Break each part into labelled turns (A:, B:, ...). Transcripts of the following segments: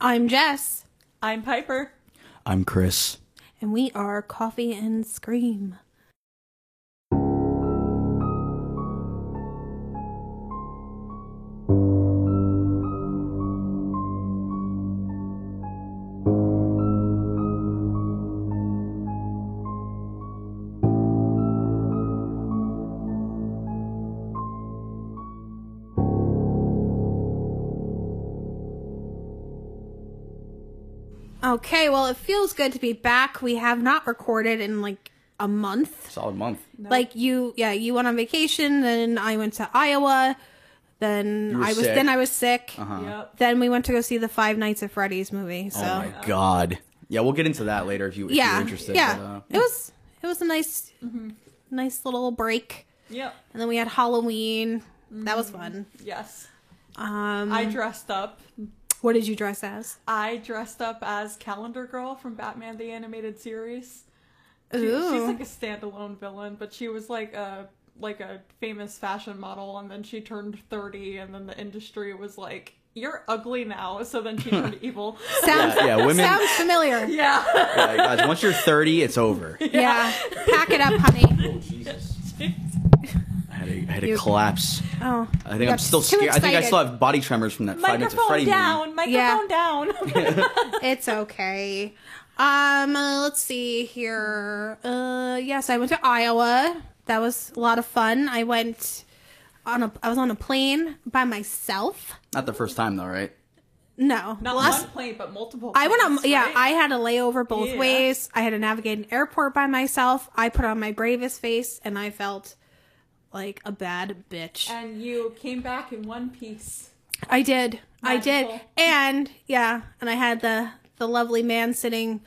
A: I'm Jess,
B: I'm Piper.
C: I'm Chris.
A: and we are Coffee and Scream. Okay, well, it feels good to be back. We have not recorded in like a month.
C: Solid month.
A: Like you, yeah, you went on vacation, then I went to Iowa, then
C: You were
A: I was
C: sick. Uh-huh.
A: then I was sick.
B: Yep.
A: Then we went to go see the Five Nights at Freddy's movie. So
C: Oh my god. Yeah, we'll get into that later if you if
A: yeah,
C: you're interested.
A: yeah,
C: but, uh,
A: it was it was a nice,
B: Mm-hmm.
A: nice little break.
B: Yep.
A: And then we had Halloween. That was fun.
B: Yes.
A: Um,
B: Mm-hmm. I dressed up.
A: what did you dress as?
B: I dressed up as Calendar Girl from Batman the Animated Series. She- she's
A: Ooh.
B: like a standalone villain, but she was like a like a famous fashion model, and then she turned thirty, and then the industry was like, "You're ugly now," so then she turned evil.
A: sounds
C: uh, yeah, women-
A: sounds familiar. Yeah.
B: Yeah.
C: yeah, guys, once you're 30, it's over.
A: pack it up, honey.
C: Jesus. I had a, I had a
A: Oh, You-
C: collapse.
A: Oh,
C: I think
A: got
C: I'm still
A: too
C: scared. I think I
A: excited.
C: still have body tremors from that Five Nights at
B: microphone
C: Freddy
B: down. Microphone down.
A: it's okay. Um, uh, let's see here. Uh, yes, I went to Iowa. That was a lot of fun. I went on a I was on a plane by myself.
C: movie. Not the first time though, right?
A: No,
B: Not
A: last
B: one plane, but multiple.
A: I went on.
B: planes,
A: Yeah,
B: right?
A: I had a layover both
B: Yeah.
A: ways. I had to navigate an airport by myself. I put on my bravest face, and I felt like a bad bitch.
B: And you came back in one piece.
A: I did. I did.
B: Magical.
A: And yeah, and I had the the lovely man sitting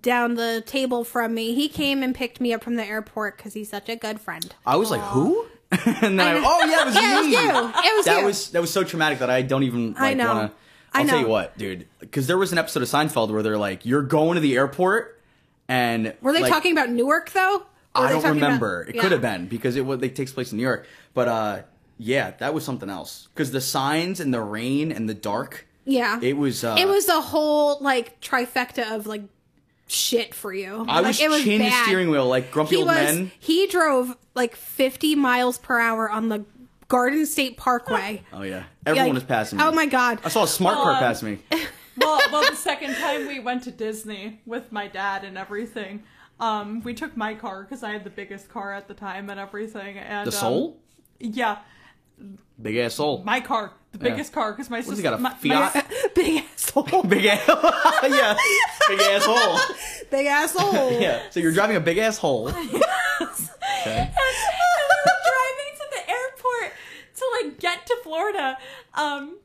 A: down the table from me. He came and picked me up from the airport because he's such a good friend.
C: I was like, who? and then I, oh yeah, it was
A: Yeah, it was
C: me.
A: you. It was
C: that
A: you.
C: was that was so traumatic that I don't even. Like,
A: I know.
C: Wanna,
A: I
C: I'll tell
A: know.
C: you what, dude, because there was an episode of Seinfeld where they're like, "You're going to the airport," and
A: Were they
C: like,
A: talking about Newark though? Were
C: I
A: they
C: don't
A: talking about-
C: remember. it
A: Yeah.
C: could have been because it was, it takes place in New York. But uh, yeah, that was something else because the signs and the rain and the dark.
A: Yeah.
C: It was. Uh,
A: it was a whole like trifecta of like shit for you.
C: I
A: like,
C: was,
A: it was
C: chin to
A: bad.
C: steering wheel like grumpy
A: He
C: old
A: was.
C: men.
A: He drove like 50 miles per hour on the Garden State Parkway.
C: Oh yeah, everyone
A: Like,
C: was passing me.
A: Oh my god.
C: I saw a smart car
B: Um,
C: pass me.
B: well, well, the second time we went to Disney with my dad and everything, um, we took my car because I had the biggest car at the time and everything. And
C: The
B: um,
C: soul,
B: yeah,
C: big ass soul.
B: my car, the
C: Yeah.
B: biggest car because my
C: What has
B: sister
C: he got? A
B: my,
C: Fiat?
B: my-
A: Big asshole.
C: big ass. yeah. Big asshole.
A: Big asshole.
C: Yeah. So you're driving a big asshole. Okay.
B: driving to the airport to like get to Florida. Um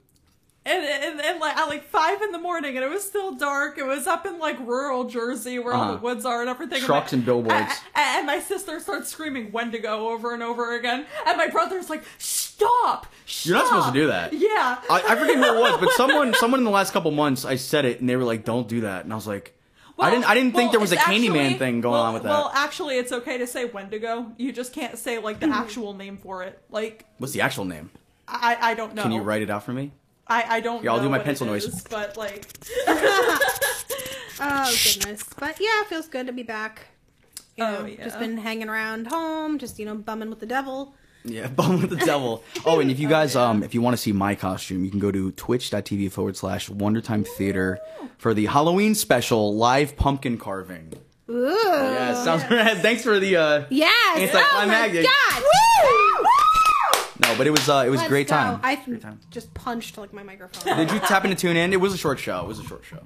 B: and, and, and like at like five in the morning and it was still dark. It was up in like rural Jersey where all the
C: Uh-huh.
B: woods are and everything.
C: Trucks and billboards.
B: And, my- a- a- and my sister starts screaming Wendigo over and over again. And my brother's like, Stop!
C: You're not supposed to
B: stop."
C: do that.
B: Yeah.
C: I, I forget who it was, but someone someone in the last couple months I said it and they were like, "Don't do that," and I was like, "I didn't I didn't
B: well,
C: think there was a
B: it's
C: Candyman
B: actually-
C: thing going
B: well-
C: on with that."
B: Well, actually, it's okay to say Wendigo. You just can't say like
C: Mm.
B: the actual name for it. Like
C: What's the actual name?
B: I, I don't know.
C: Can you write it out for me?
B: I, I don't.
C: Here, I'll
B: know
C: do my
B: what
C: pencil
B: it
C: noise.
B: is, but like,
A: Oh goodness. But yeah, it feels good to be back. You
B: Oh,
A: know,
B: yeah.
A: Just been hanging around home, just you know, bumming with the devil.
C: Yeah, Bone with the Devil. Oh, and if you guys, um, if you want to see my costume, you can go to twitch.tv forward slash Wonder Time Theater for the Halloween special live pumpkin carving.
A: Ooh.
C: Yeah, sounds Thanks for the uh,
A: Yes. oh my
C: Anticlimactic.
A: god.
C: no, but it was uh, it was a
A: Let's
C: great
A: go.
C: time.
A: I
C: Great time.
A: just punched like my microphone.
C: Did you happen to tune in? It was a short show. It was a short show.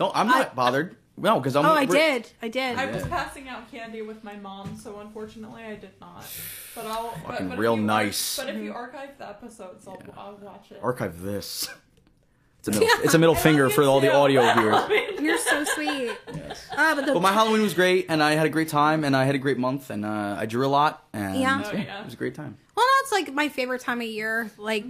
C: No, I'm not bothered. No, because I'm.
A: oh, I
C: we're-
A: did. I did.
B: I was
C: Yeah.
B: passing out candy with my mom, so unfortunately I did not. But I'll. but,
C: Fucking
B: but if
C: real
B: you ar-
C: nice.
B: but if
A: Mm-hmm.
B: you archive the episodes, I'll, I'll watch it.
C: Archive this. It's a middle, it's a middle finger for all the audio viewers.
A: You're so sweet.
C: Yes.
A: Ah, but the
C: But my Halloween was great, and I had a great time, and I had a great month, and uh, I drew a lot, and
A: Yeah.
B: Oh, yeah.
C: it was a great time.
A: Well, no, it's like my favorite time of year. Like,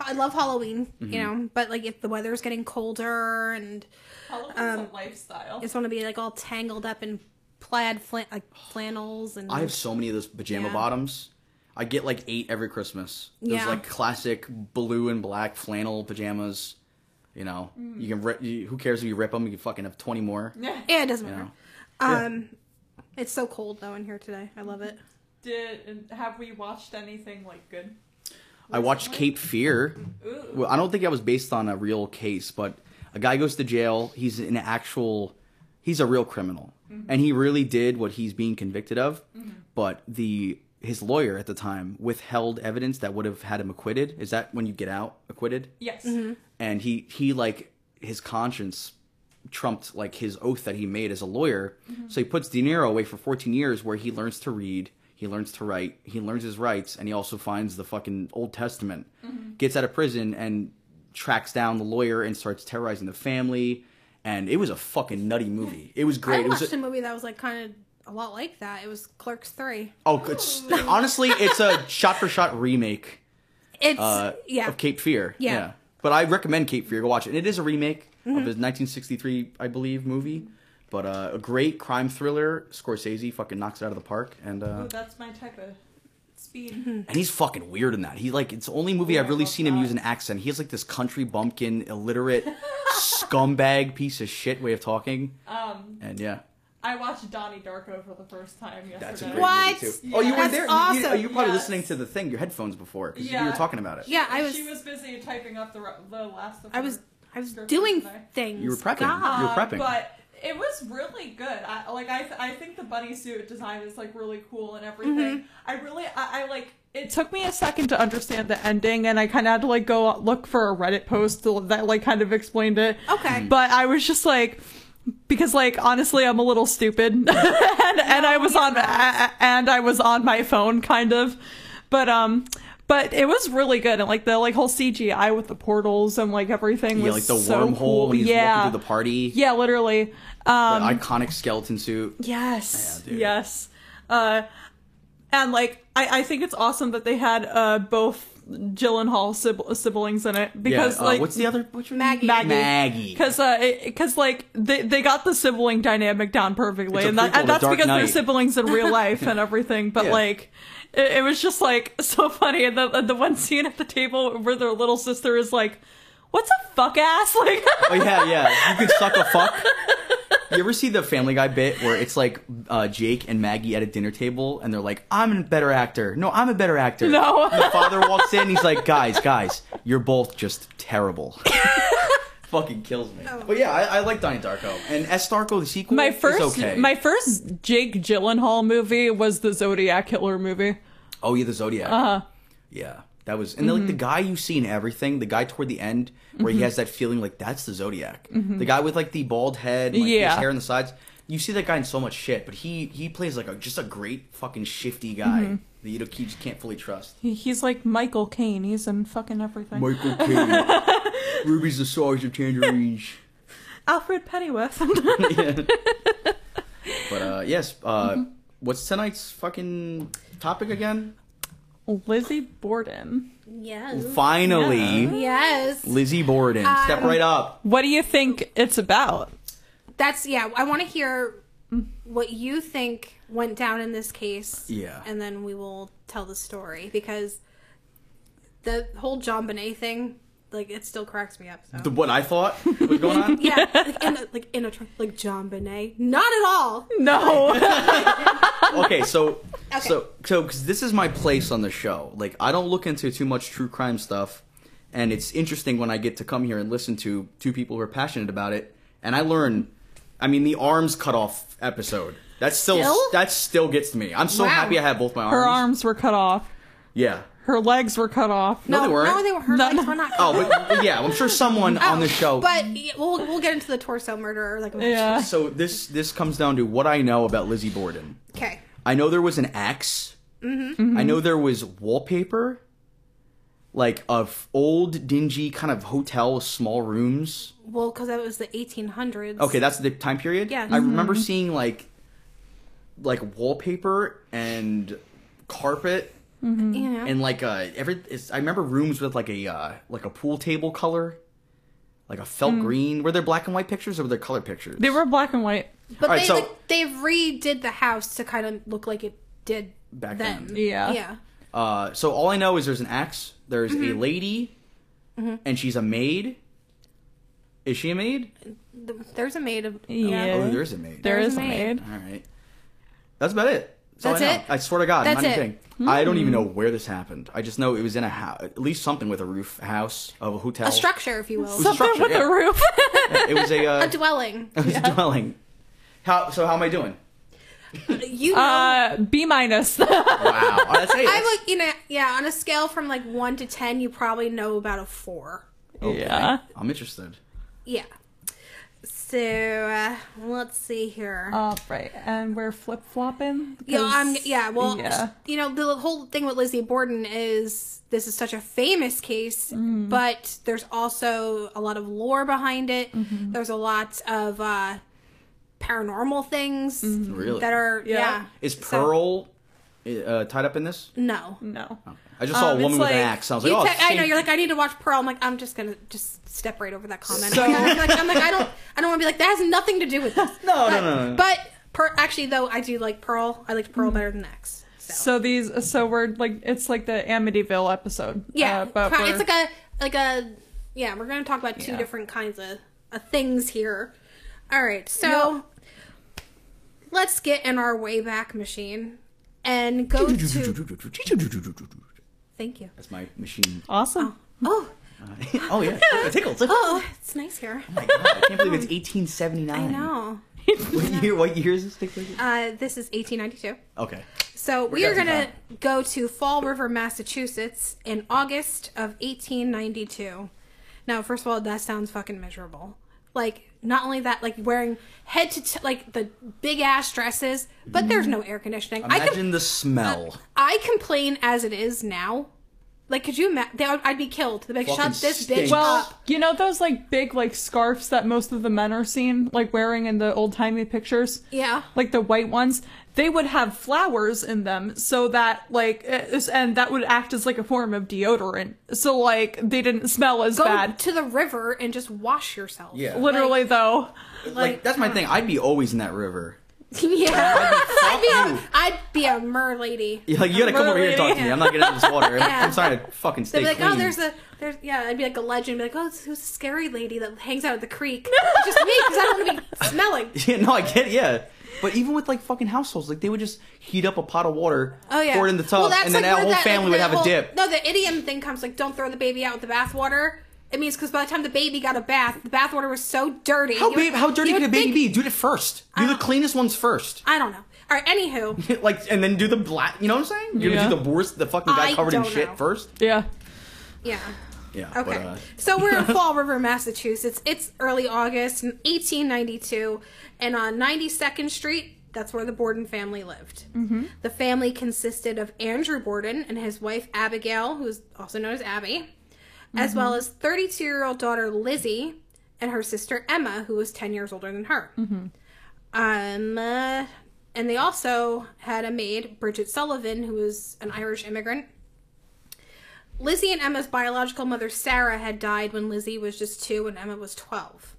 A: I love Halloween,
C: Mm-hmm.
A: you know, but like if the weather's getting colder and
B: Halloween's
A: Um,
B: a lifestyle.
A: I just want to be like all tangled up in plaid flan- like flannels and
C: I have so many of those pajama
A: Yeah.
C: bottoms. I get like eight every Christmas. Those
A: Yeah.
C: like classic blue and black flannel pajamas. You know,
A: Mm.
C: you can rip. You, who cares if you rip them? You can fucking have twenty more.
A: Yeah, it doesn't
C: You
A: matter.
C: know.
A: Um, it's so cold though in here today. I love it.
B: Did and have we watched anything like good?
C: I watched Cape Fear.
B: Ooh.
C: Well, I don't think that was based on a real case, but a guy goes to jail. He's an actual, he's a real criminal, and he really did what he's being convicted of. But the his lawyer at the time withheld evidence that would have had him acquitted. Is that when you get out acquitted?
B: Yes.
A: Mm-hmm.
C: and he he like his conscience trumped like his oath that he made as a lawyer
A: Mm-hmm.
C: so he puts de niro away for 14 years where he learns to read he learns to write he learns his rights and he also finds the fucking old testament
A: Mm-hmm.
C: gets out of prison and tracks down the lawyer and starts terrorizing the family and it was a fucking nutty movie it was great
A: I
C: it was a-
A: watched a movie that was like kind of a lot like that. It was Clerks Three.
C: oh it's, honestly it's a shot for shot remake
A: It's
C: uh,
A: yeah.
C: of Cape Fear.
A: Yeah.
C: But I recommend Cape Fear. Go watch it. And it is a remake
B: Mm-hmm.
C: of his 1963, I believe, movie. But uh, a great crime thriller. Scorsese fucking knocks it out of the park. And uh,
B: Ooh, that's my type of
A: Mm-hmm.
B: speed.
C: and he's fucking weird in that. He like it's the only movie
B: Yeah,
C: I've
B: I
C: really
B: love
C: seen him
B: that.
C: use an accent. He has like this country bumpkin, illiterate, scumbag piece of shit way of talking.
B: Um,
C: And yeah,
B: I watched Donnie Darko for the first time yesterday.
C: that's a great
A: What?
C: movie too. Oh, you were
A: That's
C: there. You- You,
A: awesome.
C: you were probably
B: Yes.
C: listening to the thing, your headphones before, because you
B: Yeah.
C: were talking about it.
A: yeah, I was,
B: She was busy typing up the, re- the last. Of
A: I
B: her-
A: was I was
B: Script
A: doing
B: today.
A: things.
C: You were prepping.
A: God.
C: You were
B: Uh,
C: prepping.
B: But it was really good. I like. I th- I think the bunny suit design is like really cool and everything.
C: Mm-hmm.
B: I really. I, I like. It took me a second to understand the ending, and I kind of had to like go look for a Reddit post to- that like kind of explained it.
A: Okay.
B: But I was just like. Because like honestly, I'm a little stupid, and, and I was on a- a- and I was on my phone kind of, but um, but it was really good and like the like whole CGI with the portals and like everything
C: yeah,
B: was
C: like the
B: so
C: wormhole
B: cool.
C: when he's
B: yeah.
C: walking through the party.
B: Yeah, literally. Um,
C: That iconic skeleton suit.
B: yes,
C: Yeah, dude.
B: yes. Uh, and like, I, I think it's awesome that they had uh, both Gyllenhaal sib- siblings in it because
C: yeah, uh,
B: like,
C: what's the other? What's your
A: Maggie.
B: Maggie.
C: Maggie.
B: Because uh, because like they they got the sibling dynamic down perfectly,
C: It's a
B: and, that,
C: prequel to
B: and that's
C: Dark
B: because
C: Knight.
B: they're siblings in real life and everything. But
C: Yeah.
B: like, it, it was just like so funny. And the and the one scene at the table where their little sister is like, "What's a fuck ass?" Like,
C: Oh yeah, yeah. You can suck a fuck. You ever see the Family Guy bit where it's like uh, Jake and Maggie at a dinner table and they're like, "I'm a better actor." No, I'm a better actor.
B: No.
C: And the father walks in. He's like, "Guys, guys, you're both just terrible." Fucking kills me. But yeah, I, I like Donnie Darko and S. Darko the sequel.
B: Oh. My
C: is
B: first,
C: okay.
B: my first Jake Gyllenhaal movie was the Zodiac Killer movie.
C: Oh yeah, the Zodiac. Uh-huh. Yeah, that was, and then, like the guy you see in everything, the guy toward the end where he has that feeling like that's the Zodiac, the guy with like the bald head, and, like,
B: Yeah.
C: his hair on the sides. You see that guy in so much shit, but he he plays like a just a great fucking shifty guy that you, don't- you just can't fully trust.
B: He- He's like Michael Caine. He's in fucking everything.
C: Michael Caine, Ruby's the size of tangerines.
B: Alfred Pennyworth.
C: But uh, yes, uh, what's tonight's fucking topic again?
B: Lizzie Borden.
C: Hmm.
A: Yes.
C: Finally,
A: Yes.
C: Lizzie Borden, step right up.
B: What do you think it's about?
A: That's yeah. I want to hear what you think went down in this case.
C: Yeah.
A: And then we will tell the story because the whole John Bonet thing, like, it still cracks me up. So.
C: The, what I thought was going on.
A: yeah, like in a, like in a tr- like John Bonet, not at all.
B: No.
C: okay, so so so because this is my place on the show. Like I don't look into too much true crime stuff, and it's interesting when I get to come here and listen to two people who are passionate about it, and I learn. I mean, the arms cut off episode. That still,
A: Still?
C: that still gets to me. I'm so
A: Wow.
C: happy I have both my arms.
B: Her arms were cut off.
C: Yeah.
B: Her legs were cut off.
C: No, they weren't.
A: No, they were. Her
B: No,
A: legs
B: no.
A: were not.
C: Oh, but, but yeah, I'm sure someone on the show.
A: Oh, But yeah, we'll we'll get into the torso murderer. Like,
B: Yeah.
C: so this this comes down to what I know about Lizzie Borden.
A: okay,
C: I know there was an ax I know there was wallpaper, like of old, dingy kind of hotel, small rooms.
A: well, because that was the 1800s.
C: Okay, that's the time period.
A: Yeah.
C: I remember seeing like, like wallpaper and carpet
A: you know,
C: and like uh every. It's, I remember rooms with like a uh, like a pool table color, like a felt green. Were there black and white pictures or were there color pictures?
B: They were black and white.
A: but
C: All right,
A: they
C: so-
A: like, they redid the house to kind of look like it did
C: Back
A: then.
C: then.
B: Yeah.
A: yeah.
C: Uh, so
A: Mm-hmm.
C: all I know is there's an axe, there's a lady, and she's a maid, Is she a maid?
A: Th- There's a maid of
B: Yeah.
C: Oh, there's a
A: There's
C: maid.
B: There is
A: a
B: a
A: maid.
B: maid.
C: All right. That's about it. all
A: That's
C: I know.
A: it?
C: I swear to God,
A: That's
C: I'm not
A: it. Hmm.
C: even kidding. I don't even know where this happened. I just know it was in a house, at least something with a roof, a house, a hotel.
A: a structure, if you will,
C: So-
B: Something
C: Structure,
B: with
C: yeah.
B: a roof.
C: It was a, uh,
A: a dwelling.
C: it was a dwelling. How? So how am I doing?
A: You know,
B: uh, B minus.
C: Wow. Oh, that's eight.
A: I would, you know, yeah, on a scale from like one to ten, you probably know about a four.
C: Okay.
B: Yeah.
C: I'm interested.
A: Yeah. So uh, let's see here.
B: All right, and we're flip flopping.
A: Yeah, I'm, yeah. Well,
B: yeah.
A: you know, the whole thing with Lizzie Borden is this is such a famous case,
B: Mm-hmm.
A: but there's also a lot of lore behind it.
B: Mm-hmm.
A: There's a lot of uh, paranormal things
C: Really?
A: that are, yeah.
B: Mm-hmm. Yeah.
C: Is
A: so-
C: Pearl uh, tied up in this?
A: no.
B: No.
C: I just saw
B: Um,
C: a woman
B: it's
C: with an
B: like-
C: axe. I was like,
A: You
C: oh,
A: te-
C: it's
A: I
C: the
A: know
C: same-
A: you're like I need to watch Pearl. I'm like I'm just gonna just step right over that comment.
C: So-
A: I'm, like, I'm like- I'm like I don't I don't want to be like that has nothing to do with this.
C: No,
A: but,
C: no, no, no.
A: But per- actually though I do like Pearl. I like Pearl better than X. So,
B: So these, so we're like, it's like the Amityville episode.
A: yeah,
B: uh, but
A: pro-
B: we're,
A: it's like a like a yeah. We're gonna talk about two
B: Yeah.
A: different kinds of uh, things here. All right, so let's get in our Wayback Machine and go to. Thank you.
C: That's my machine.
B: awesome.
A: Oh,
C: oh yeah, it tickles. Oh
A: oh, it's nice here.
C: my god, I can't believe it's 1879.
A: I know.
C: What year? What year is this tickling?
A: Uh, this is 1892.
C: Okay.
A: So we are
C: getting
A: going to go to Fall River, Massachusetts in August of 1892. Now, first of all, that sounds fucking miserable. Like, not only that, like wearing head to t- like the big ass dresses, but there's no air conditioning. I
C: Mm-hmm.
A: Uh,
C: Imagine
A: com-
C: the smell.
A: I complain as it is now. Like, could you imagine? I'd be killed. They'd be like,
C: Fucking
A: shut this bitch
C: stinks.
A: up.
B: Well, you know those like big like scarfs that most of the men are seen like wearing in the old timey pictures.
A: Yeah.
B: Like the white ones, they would have flowers in them, so that like, it was- and that would act as like a form of deodorant. So like, they didn't smell as
A: Go
B: bad.
A: to the river and just wash yourself.
C: Yeah.
B: Literally though,
C: Like, that's
A: uh,
C: my thing. I'd be always in that river.
A: yeah.
C: Fuck
A: I'd be
C: you.
A: a, I'd be a mer lady.
C: You're like you gotta come over here and talk to
A: Literally.
C: me. I'm not getting out of this water. I'm sorry to fucking
A: They'd
C: stay
A: be like,
C: clean.
A: oh, there's a, there's yeah. I'd be like a legend. Be like, oh, it's, who's a scary lady that hangs out at the creek? It's just me because I don't want to be smelling.
C: Yeah, no, I get it, yeah. But even with like fucking households, like they would just heat up a pot of water,
A: Oh yeah.
C: pour it in the
A: Well,
C: tub,
A: that's
C: and then
A: like
C: our
A: one of
C: whole
A: that-
C: family
A: like
C: would
A: that
C: have a
A: whole-
C: dip.
A: No, the idiom thing comes like, don't throw the baby out with the bathwater. It means because by the time the baby got a bath, the bathwater was so dirty.
C: how
A: you
C: babe,
A: would-
C: how dirty
A: you
C: could a
A: would think-
C: baby
A: Uh,
C: be? Do it first. Do the
A: don't-
C: cleanest ones first.
A: I don't know. All right. Anywho,
C: like, and then do the black. You know what I'm saying? You're
B: Yeah.
C: gonna do the worst, the fucking guy
A: I
C: covered in
A: don't
C: shit
A: know.
C: first.
B: yeah.
A: yeah.
C: Yeah.
A: Okay.
C: But, uh,
A: so we're in Fall River, Massachusetts. It's early August, 1892, and on 92nd Street, that's where the Borden family lived. The family consisted of Andrew Borden and his wife Abigail, who's also known as Abby, as well as 32 year old daughter Lizzie and her sister Emma, who was 10 years older than her. Um, uh, and they also had a maid, Bridget Sullivan, who was an Irish immigrant. Lizzie and Emma's biological mother, Sarah, had died when Lizzie was just two and Emma was 12.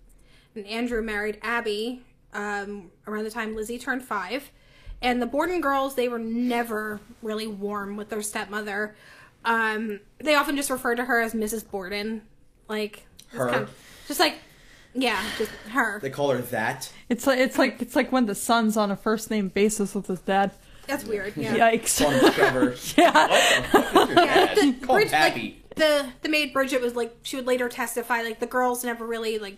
A: And Andrew married Abby um, around the time Lizzie turned five. And the Borden girls, they were never really warm with their stepmother. Um, they often just referred to her as Mrs. Borden. Like, it's
C: Her.
A: kind of- just like, yeah, just her.
C: they call her that.
B: It's like it's like it's like when the son's on a first name basis with his dad.
A: That's weird. Yeah. Uh,
B: Yikes.
C: On the cover.
B: yeah.
A: Yeah, the,
C: Call
A: Brid- like,
C: Pappy.
A: the the maid Bridget was like she would later testify like the girls never really like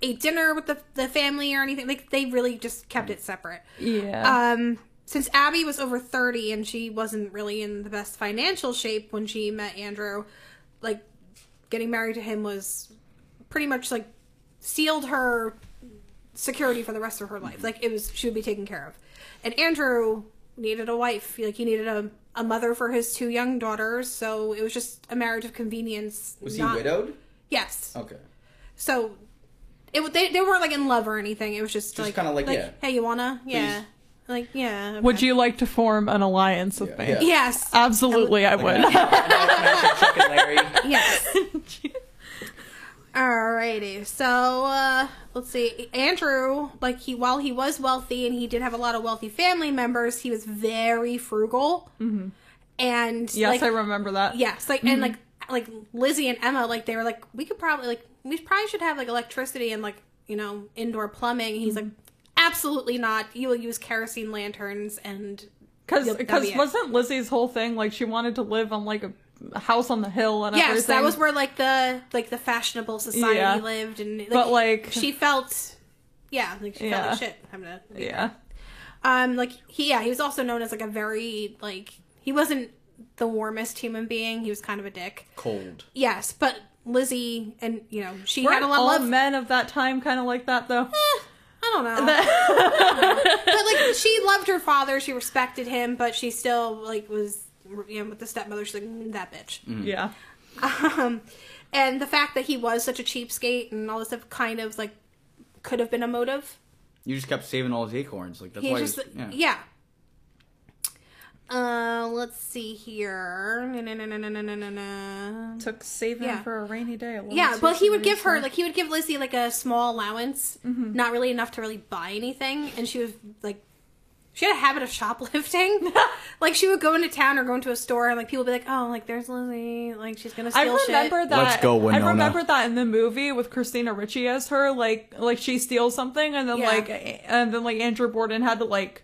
A: ate dinner with the the family or anything like they really just kept it separate.
B: Yeah.
A: Um, since Abby was over thirty and she wasn't really in the best financial shape when she met Andrew, like getting married to him was pretty much like sealed her security for the rest of her life. Like it was, she would be taken care of. And Andrew needed a wife. Like he needed a, a mother for his two young daughters. So it was just a marriage of convenience. not- Yes.
C: Okay.
A: So it w- they they weren't like in love or anything. It was just, like
C: kinda like, yeah.
A: hey, you wanna yeah, like yeah. okay.
B: Would Uh, you like to form an alliance with
C: Yeah.
B: me?
C: Yeah.
A: Yes.
B: Absolutely, I would.
A: Yes. Alrighty. So uh, let's see. Andrew, like he, while he was wealthy and he did have a lot of wealthy family members, he was very frugal. Mm-hmm. And
B: yes,
A: like,
B: I remember that. Mm-hmm.
A: yes, like and like like Lizzie and Emma, like they were like, we could probably like we probably should have like electricity and like you know indoor plumbing. And he's like, absolutely not. You will use kerosene lanterns and
B: Because
A: Yep, that'd be it.
B: wasn't Lizzie's whole thing like she wanted to live on like a a house on the hill and
A: yes,
B: everything?
A: that was where like the like the fashionable society
B: Yeah.
A: lived, and like,
B: But, like-
A: she felt, yeah, like she
B: Yeah.
A: felt like shit. I'm gonna
B: yeah.
A: Um, like he, yeah, he was also known as like a very like he wasn't the warmest human being. He was kind of a dick.
C: Cold.
A: Yes, but Lizzie and you know she
B: Weren't
A: had a lot of
B: all
A: love.
B: men of that time kind of like that though.
A: I don't know, but like she loved her father. She respected him, but she still like was you know with the stepmother. She's like "Mm, that bitch.
C: Mm-hmm.
B: yeah.
C: Mm.
A: Um, and the fact that he was such a cheapskate and all this stuff kind of like could have been a motive.
C: You just kept saving all his acorns. Like that's
A: He
C: why.
A: just
C: he's- yeah.
A: yeah. Uh, let's see here. Na, na, na, na, na, na, na, na.
B: Took saving
A: Yeah.
B: for a rainy day. a little
A: Yeah,
B: too
A: but he would give her
B: soon.
A: like he would give Lizzie like a small allowance,
B: Mm-hmm.
A: not really enough to really buy anything, and she was like, she had a habit of shoplifting. like she would go into town or go into a store, and like people would be like, oh, like there's Lizzie, like she's gonna
B: I
A: steal
B: remember
A: shit.
B: that.
C: Let's go, Winona.
B: I remember that in the movie with Christina Ricci as her, like, like she steals something, and then
A: Yeah.
B: like, and then like Andrew Borden had to like,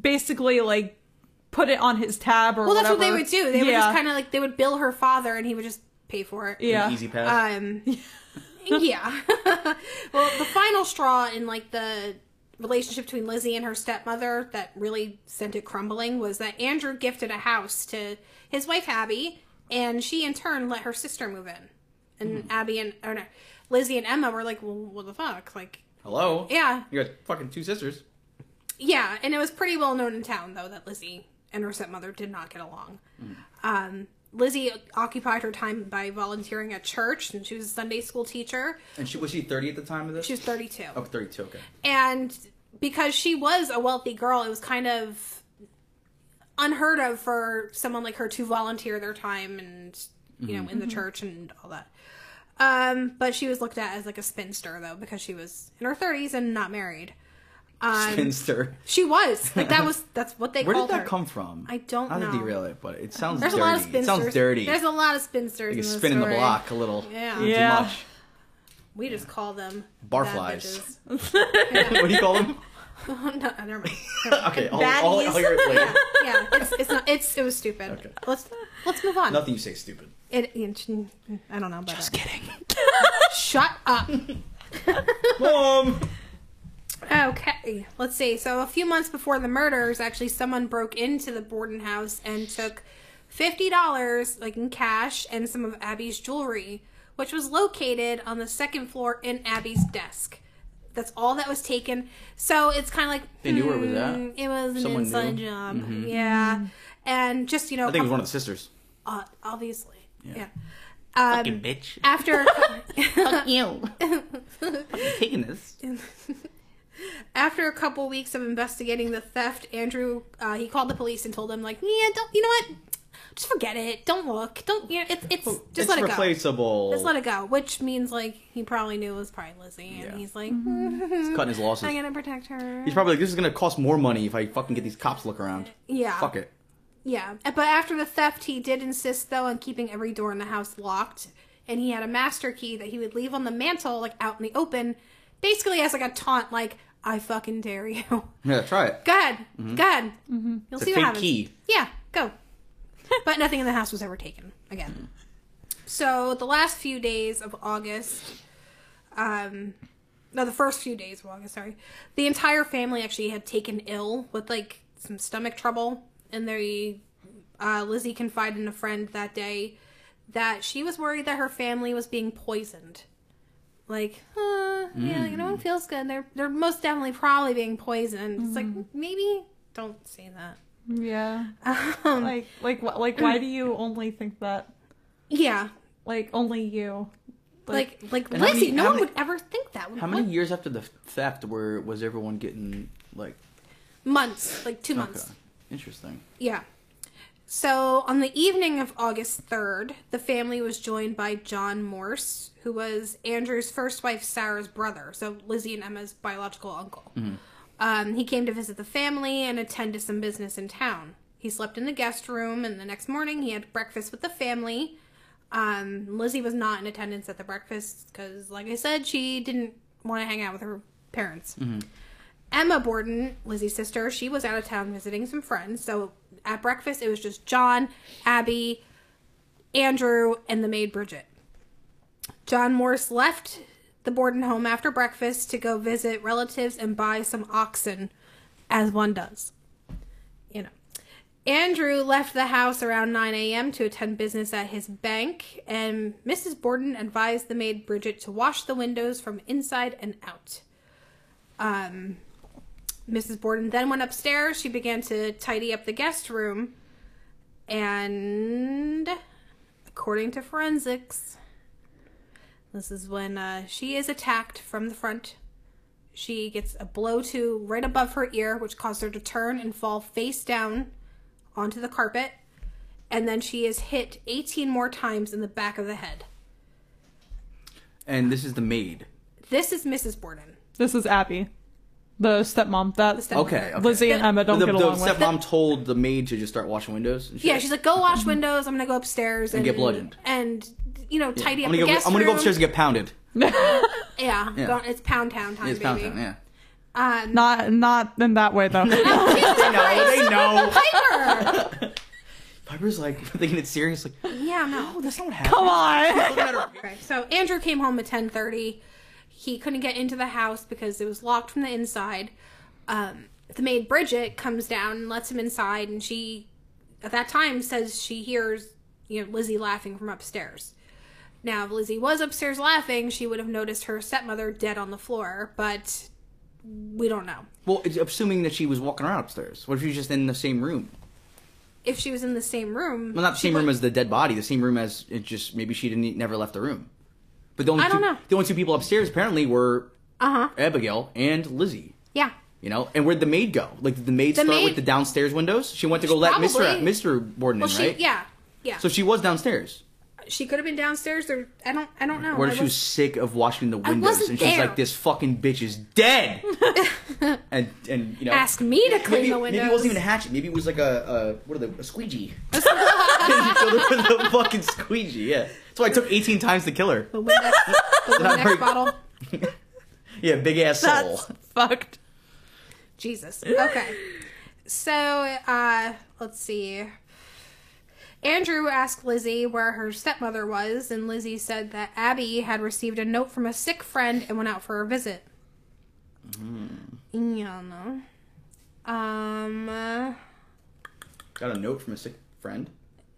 B: basically like, put it on his tab or
A: Well, that's what they
B: whatever.
A: would do. They would just kind of like they would bill her father, and he would just pay for it.
B: yeah.
C: Easy pass.
A: Um, yeah. well, the final straw in like the relationship between Lizzie and her stepmother that really sent it crumbling was that Andrew gifted a house to his wife Abby, and she in turn let her sister move in. And Abby and or no, Lizzie and Emma were like, "Well, what the fuck?" Like,
C: Hello.
A: yeah,
C: You got fucking two sisters.
A: yeah, and it was pretty well known in town though that Lizzie and her stepmother did not get along. Um, Lizzie occupied her time by volunteering at church, and she was a Sunday school teacher.
C: And she was she thirty at the time of this?
A: She was 32.
C: oh, 32, Okay.
A: And because she was a wealthy girl, it was kind of unheard of for someone like her to volunteer their time and, you
C: Mm-hmm.
A: know, in the church and all that. Um, but she was looked at as like a spinster, though, because she was in her 30s and not married. Um,
C: Spinster.
A: she was. Like, that was, that's what they
C: Where
A: called
C: did that
A: her.
C: come from?
A: I don't
C: Not
A: know.
C: to derail it, but it sounds
A: There's
C: dirty.
A: a lot of spinsters.
C: It sounds dirty.
A: There's a lot of spinsters.
C: you
A: in this
C: spin in the
A: story.
C: block a little.
A: Yeah.
C: too
B: Yeah.
C: much.
A: We just call them bad
C: Barflies.
A: bitches. Oh,
C: what do you call them?
A: no, never mind.
C: okay. All, all, all
B: Baddies.
C: your, like,
A: yeah, it's it's not, it's it was stupid.
C: Okay.
A: Let's let's move on.
C: nothing you say is stupid.
A: It, it- I don't know about that.
C: kidding.
A: Shut up.
C: Mom.
A: Okay, let's see. So a few months before the murders, actually, someone broke into the Borden house and took fifty dollars, like in cash, and some of Abby's jewelry, which was located on the second floor in Abby's desk. That's all that was taken. So it's kind of like
C: They knew where it was
A: hmm,
C: at.
A: It was an
C: Someone
A: inside
C: knew. Mm-hmm.
A: job, yeah. And just you know,
C: I think it was one of the sisters.
A: uh, obviously, yeah. Um,
C: bitch.
A: after
C: Fuck you. taking this.
A: after a couple weeks of investigating the theft, Andrew uh, he called the police and told them like, yeah, don't you know what? Just forget it. Don't look. Don't you know? It's it's just
C: it's
A: let it go.
C: replaceable.
A: Just let it go. Which means like he probably knew it was probably Lizzie, and
C: Yeah.
A: he's like,
C: He's cutting his losses.
A: I'm gonna protect her.
C: He's probably like, this is gonna cost more money if I fucking get these cops to look around.
A: yeah,
C: Fuck it.
A: yeah. But after the theft, he did insist though on keeping every door in the house locked, and he had a master key that he would leave on the mantle like out in the open, basically as like a taunt, like I fucking dare you.
C: Yeah, try it.
A: Go ahead. Go ahead. You'll
C: Mm-hmm. It's a
A: see what
C: fake
A: happens.
C: key.
A: Yeah, go. but nothing in the house was ever taken again. So the last few days of August, um, no, the first few days of August, sorry, the entire family actually had taken ill with like some stomach trouble, and they, uh, Lizzie confided in a friend that day that she was worried that her family was being poisoned. Like, uh, yeah, you know, it feels good. They're they're most definitely probably being poisoned. It's like maybe don't say that.
B: Yeah.
A: Um,
B: Like, like, wh- like, why do you only think that?
A: yeah,
B: Like, only you.
A: like like
C: And how
A: Lizzie,
C: many-
A: no
C: how
A: one
C: many-
A: would ever think that.
C: How many years after the theft were was everyone getting like?
A: months? Like two months.
C: Okay, interesting.
A: Yeah. So on the evening of August 3rd, the family was joined by John Morse, who was Andrew's first wife, Sarah's brother, so Lizzie and Emma's biological uncle. Um, he came to visit the family and attend to some business in town. He slept in the guest room, and the next morning he had breakfast with the family. Um, Lizzie was not in attendance at the breakfast because, like I said, she didn't want to hang out with her parents. Emma Borden, Lizzie's sister, she was out of town visiting some friends. So at breakfast, it was just John, Abby, Andrew, and the maid Bridget. John Morse left the Borden home after breakfast to go visit relatives and buy some oxen, as one does. You know. Andrew left the house around 9 a.m. to attend business at his bank, and Mrs. Borden advised the maid Bridget to wash the windows from inside and out. Um, Mrs. Borden then went upstairs. She began to tidy up the guest room, and according to forensics, this is when uh, she is attacked from the front. She gets a blow to right above her ear, which caused her to turn and fall face down onto the carpet. And then she is hit 18 more times in the back of the head.
C: And this is the maid.
A: This is Mrs. Borden.
B: This is Abby, the stepmom. That
A: The stepmom.
C: Okay, okay.
B: Lizzie and Emma don't
C: the,
B: get
C: the
B: along with.
C: stepmom told the maid to just start washing windows. And shit.
A: Yeah, she's like, go wash windows. I'm gonna go upstairs and,
C: Mm-hmm. get bludgeoned.
A: and you know, tidy
C: I'm
A: up
C: gonna,
A: the
C: go,
A: guest
C: I'm gonna go
A: room."
C: upstairs and get pounded.
A: Yeah,
C: Yeah.
A: go- it's pound town time,
C: It's
A: baby.
C: pound town, yeah.
A: Um,
B: Not not in that way though.
C: they know, they
A: Uh,
C: know.
A: Piper.
C: Piper's like thinking it's serious, like,
A: yeah, no.
C: that's not what
B: Come
C: happened.
B: on.
C: Look at her.
A: Okay, so Andrew came home at ten thirty. He couldn't get into the house because it was locked from the inside. Um, the maid Bridget comes down and lets him inside, and she, at that time, says she hears you know Lizzie laughing from upstairs. Now, if Lizzie was upstairs laughing, she would have noticed her stepmother dead on the floor, but we don't know.
C: Well, it's assuming that she was walking around upstairs. What if she was just in the same room?
A: If she was in the same room,
C: Well, not the
A: she
C: same
A: would-
C: room as the dead body. The same room as it just maybe she didn't e, never left the room. But the only
A: I don't
C: two,
A: know.
C: the only two people upstairs apparently were
A: Uh-huh.
C: Abigail and Lizzie.
A: yeah,
C: You know, and where'd the maid go? Like, did the maid
A: The
C: start
A: maid-
C: with the downstairs windows? She went to go let Mister
A: Probably.
C: Mister Borden
A: well,
C: in,
A: she
C: right?
A: yeah, yeah.
C: So she was downstairs.
A: she could have been downstairs or I don't I don't know.
C: What
A: I
C: if she was sick of washing the windows
A: wasn't
C: and she's
A: there.
C: like, "This fucking bitch is dead," and and you know,
A: ask me to clean
C: maybe,
A: the windows.
C: Maybe it wasn't even a hatchet. Maybe it was like a, a what are the a squeegee. you killed her with a fucking squeegee. Yeah, that's why it took 18 times to kill her.
A: the Windex, the Windex
C: Sorry.
A: bottle.
C: Yeah, big ass soul.
B: That's fucked.
A: Jesus. Okay. So uh let's see. Andrew asked Lizzie where her stepmother was, and Lizzie said that Abby had received a note from a sick friend and went out for a visit. Yeah, no. Um. uh,
C: Got a note from a sick friend,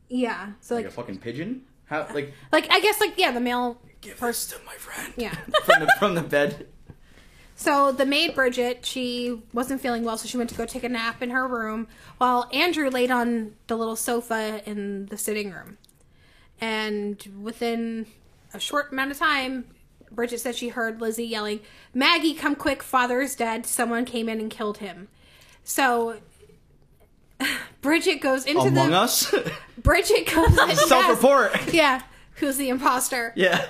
A: yeah. So
C: like
A: like,
C: a fucking pigeon. How like
A: like I guess like yeah, the mail.
C: give first to my friend?
A: Yeah.
C: from the from the bed.
A: So the maid Bridget, she wasn't feeling well, so she went to go take a nap in her room while Andrew laid on the little sofa in the sitting room. And within a short amount of time, Bridget said she heard Lizzie yelling, Maggie, come quick, father is dead. Someone came in and killed him. So Bridget goes into
C: Among
A: the
C: us,
A: Bridget goes
C: self-report.
A: Yeah. Who's the imposter?
C: Yeah,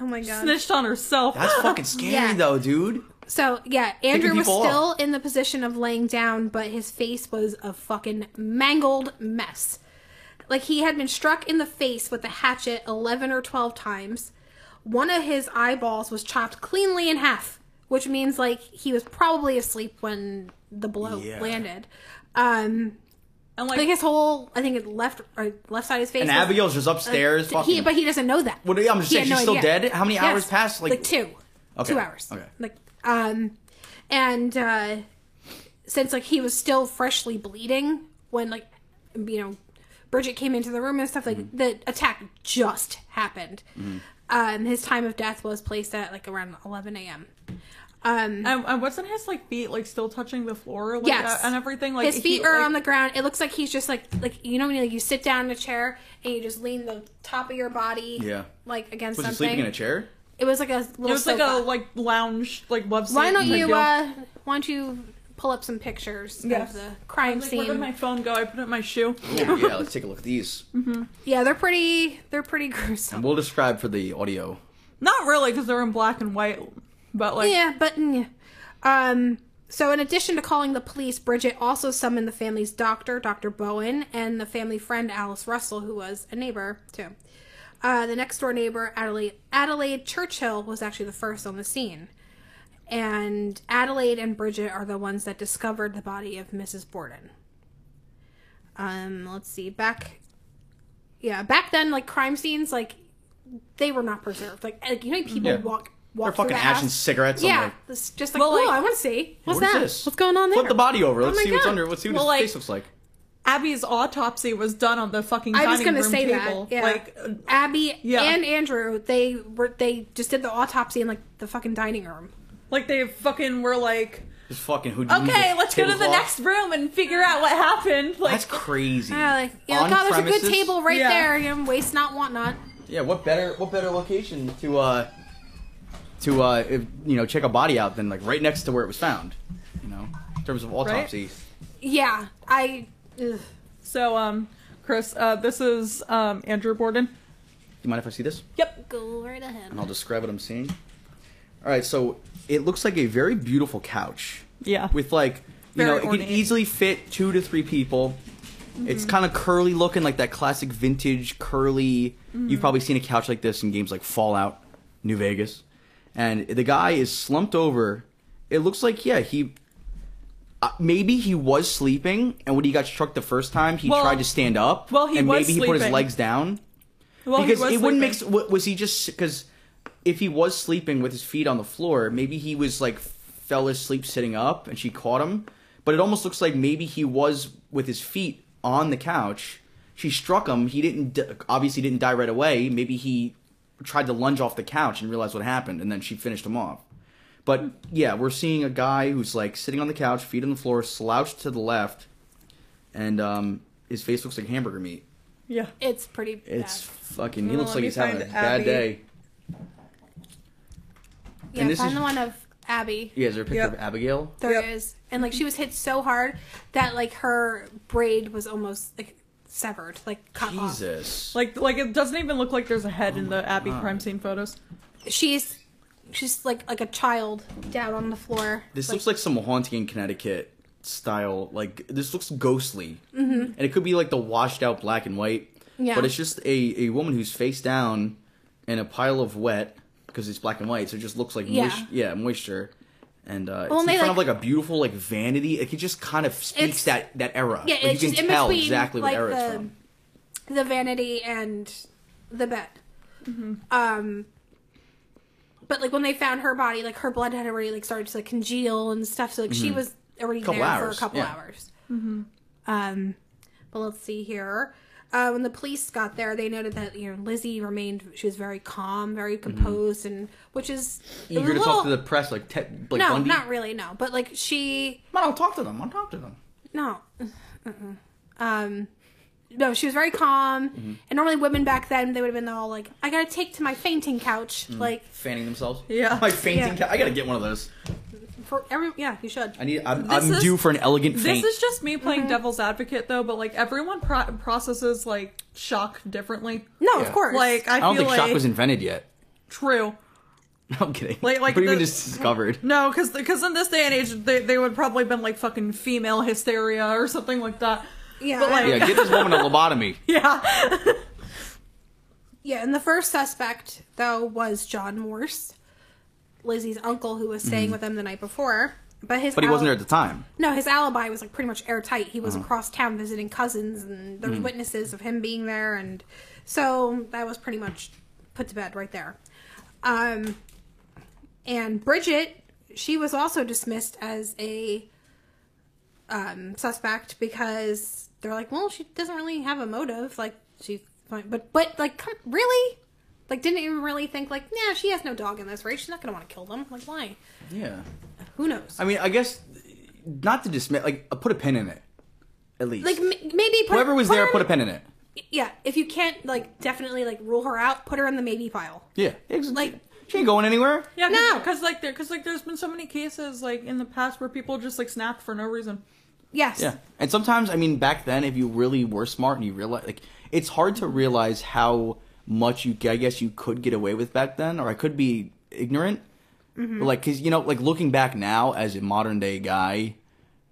A: Oh my god.
B: Snitched on herself.
C: that's fucking scary
A: Yeah.
C: though, dude.
A: So yeah, Andrew was
C: people
A: still in the position of laying down, but his face was a fucking mangled mess. Like he had been struck in the face with a hatchet eleven or twelve times. One of his eyeballs was chopped cleanly in half, which means like he was probably asleep when the blow
C: Yeah.
A: landed. Um,
B: and
A: like his whole, I think it left or left side of his face.
C: And
A: was-
C: Abigail's just upstairs. fucking,
A: Uh, he, but he doesn't know that.
C: What do you- I'm just
A: He
C: saying,
A: had
C: she's still dead? How many hours passed?
A: Like,
C: Like-
A: two.
C: Okay.
A: Two hours.
C: Okay.
A: Like um, and uh, since like he was still freshly bleeding when like you know Bridget came into the room and stuff, like
C: Mm-hmm.
A: the attack just happened. Um, his time of death was placed at like around 11 a.m. Um,
B: And, and wasn't his like feet like still touching the floor? Like,
A: Yes.
B: uh, and everything like
A: his feet
B: he,
A: are
B: like-
A: on the ground. It looks like he's just like like you know when you, like, you sit down in a chair and you just lean the top of your body
C: Yeah.
A: like against
C: was he
A: something.
C: sleeping in a chair?
A: It was like a little.
B: It was like a
A: sofa.
B: like lounge like love seat.
A: Why don't
B: type
A: you?
B: deal.
A: Uh, why don't you pull up some pictures
B: Yes.
A: of the crime
B: Like, where did
A: scene?
B: my phone go? I put it in my shoe.
C: Yeah. yeah, let's take a look at these.
A: Yeah, they're pretty. They're pretty gruesome.
C: We'll describe for the audio.
B: Not really, because they're in black and white. But like,
A: Yeah, but mm, yeah. um. So, in addition to calling the police, Bridget also summoned the family's doctor, Dr. Bowen, and the family friend, Alice Russell, who was a neighbor, too. Uh, the next door neighbor, Adelaide, Adelaide Churchill, was actually the first on the scene. And Adelaide and Bridget are the ones that discovered the body of Mrs. Borden. Um, let's see. Back, yeah, back then, like crime scenes, like they were not preserved. Like, like you know, people
C: Yeah.
A: walk
C: They're
A: walk through
C: fucking
A: the
C: ash and
A: house?
C: cigarettes. I'm
A: Yeah,
C: like,
A: it's just like,
B: Well,
A: oh,
B: like-
A: I want to see what's
C: what is
A: that?
C: this?
A: What's going on there? Oh
C: Flip the body over. Let's
A: my
C: see what's
A: God.
C: under. Let's see what
B: Well,
C: his
B: like-
C: face looks like.
B: Abby's autopsy was done on the fucking
A: I
B: dining
A: was going to
B: room
A: say
B: table.
A: that. Yeah.
B: Like, uh,
A: Abby
B: Yeah.
A: and Andrew, they were they just did the autopsy in like the fucking dining room.
B: like they fucking were like,
C: This fucking who?
B: okay, let's go to the next room and figure out what happened. Like,
C: That's crazy.
A: Yeah, like, yeah,
C: On
A: like, oh, there's a
C: premises?
A: good table right
B: Yeah.
A: there. You know, waste not, want not.
C: Yeah, what better what better location to uh to uh if, you know check a body out than like right next to where it was found, you know, in terms of autopsy.
A: Yeah, I. Ugh.
B: so um, Chris, uh, this is um Andrew Borden.
C: You mind if I see this?
B: Yep.
A: Go right ahead.
C: And I'll describe what I'm seeing. All right, so it looks like a very beautiful couch.
B: Yeah.
C: With like you
B: Very
C: know, it
B: ornate. Mm-hmm.
C: could easily fit two to three people. It's kind of curly looking, like that classic vintage curly.
B: Mm.
C: You've probably seen a couch like this in games like Fallout, New Vegas, and the guy is slumped over. It looks like yeah, he uh, maybe he was sleeping, and when he got struck the first time, he
B: Well-
C: tried to stand up.
B: well, he
C: and
B: was
C: maybe he put his
B: sleeping.
C: legs down
B: Well,
C: because
B: he was
C: it wouldn't make s-
B: sleeping.
C: wa- was he just because if he was sleeping with his feet on the floor maybe he was like fell asleep sitting up and she caught him but it almost looks like maybe he was with his feet on the couch she struck him he didn't d- obviously didn't die right away maybe he tried to lunge off the couch and realized what happened and then she finished him off but yeah we're seeing a guy who's like sitting on the couch feet on the floor slouched to the left and um his face looks like hamburger meat
B: Yeah.
A: It's pretty. Bad.
C: it's fucking. He
B: Well,
C: looks like
B: let me
C: he's having a
B: find
C: bad
B: Abby.
C: day.
A: yeah.
C: and this
A: find
C: is-
A: the one of Abby.
C: Yeah, is there a picture
B: Yep.
C: of Abigail?
A: There is,
B: Yep.
A: and like she was hit so hard that like her braid was almost like severed, like cut off.
C: Jesus.
B: Like, like it doesn't even look like there's a head in the Abby
C: God.
B: crime scene photos.
A: She's, she's like like a child down on the floor.
C: this looks like some haunting in Connecticut style. Like this looks ghostly, mm-hmm. and it could be like the washed out black and white.
A: Yeah.
C: But it's just a a woman who's face down in a pile of wet because it's black and white, so it just looks like
A: Yeah.
C: moist- yeah moisture. And uh,
A: Well,
C: it's in
A: they,
C: front
A: like-
C: of like a beautiful like vanity. Like, it just kind of
A: It's-
C: speaks that that era.
A: yeah,
C: Like,
A: it's
C: you
A: just
C: can
A: in
C: tell
A: between
C: exactly
A: like
C: what era it's
A: the
C: from.
A: the vanity and the bed. Um, but like when they found her body, like her blood had already like started to like congeal and stuff. So like she was already
C: Mm-hmm. Couple
A: there for a
C: hours,
A: couple
C: yeah.
A: hours. Um, but let's see here. Uh, when the police got there, they noted that you know Lizzie remained. She was very calm, very
C: Mm-hmm.
A: composed, and which is it was
C: Eager
A: a
C: to talk to
A: little-
C: the press, like te- like
A: no,
C: Bundy.
A: not really, no. But like she
C: Man, I'll talk to them. I'll talk to them.
A: No. Mm-mm. Um, no, she was very calm.
C: Mm-hmm.
A: And normally, women back then, they would have been all like, I gotta take to my fainting couch.
C: Mm-hmm.
A: Like,
C: Fanning themselves.
B: Yeah.
C: My fainting.
A: Yeah.
C: Ca- I gotta get one of those.
A: for every, yeah, you should.
C: I need. I'm,
B: This
C: I'm
B: is-
C: due for an elegant faint.
B: This is just me playing
A: Mm-hmm.
B: devil's advocate, though. But like everyone pro- processes like shock differently.
A: No,
C: Yeah.
A: of course.
B: Like I,
C: I don't
B: feel
C: think
B: like
C: shock was invented yet.
B: true.
C: I'm kidding.
B: Like- like
C: but even
B: the-
C: just discovered.
B: No, because because in this day and age, they they would probably been like fucking female hysteria or something like that.
A: yeah.
B: but, like-
C: Yeah, get this woman a lobotomy.
B: Yeah,
A: yeah, and the first suspect, though, was John Morse, Lizzie's uncle, who was staying with them the night before. But his
C: Mm-hmm. But he wasn't there
A: ali-
C: at the time.
A: No, his alibi was like pretty much airtight. He was
C: Uh-huh.
A: across town visiting cousins, and
C: Mm.
A: there was witnesses of him being there, and so that was pretty much put to bed right there. Um, and Bridget, she was also dismissed as a um, suspect because they're like, well, she doesn't really have a motive, like she's fine, but but like, come, really, like didn't even really think like, nah, she has no dog in this, right? She's not gonna want to kill them, like why?
C: Yeah.
A: Who knows?
C: I mean, I guess not to dismiss. Like, uh, put a pin in it. At least.
A: like m- maybe put,
C: whoever was there,
A: her
C: put a
A: in-
C: pin in it.
A: yeah if you can't like definitely like rule her out put her in the maybe pile
C: Yeah. Ex-
A: Like-
C: she ain't going anywhere.
B: yeah,
A: No.
B: because like there because like there's been so many cases like in the past where people just like snapped for no reason.
A: yes
C: Yeah. And sometimes, I mean, back then, if you really were smart and you realize, like, it's hard to realize how much you, I guess, you could get away with back then, or I could be ignorant. Like, cause, you know, like, looking back now as a modern day guy,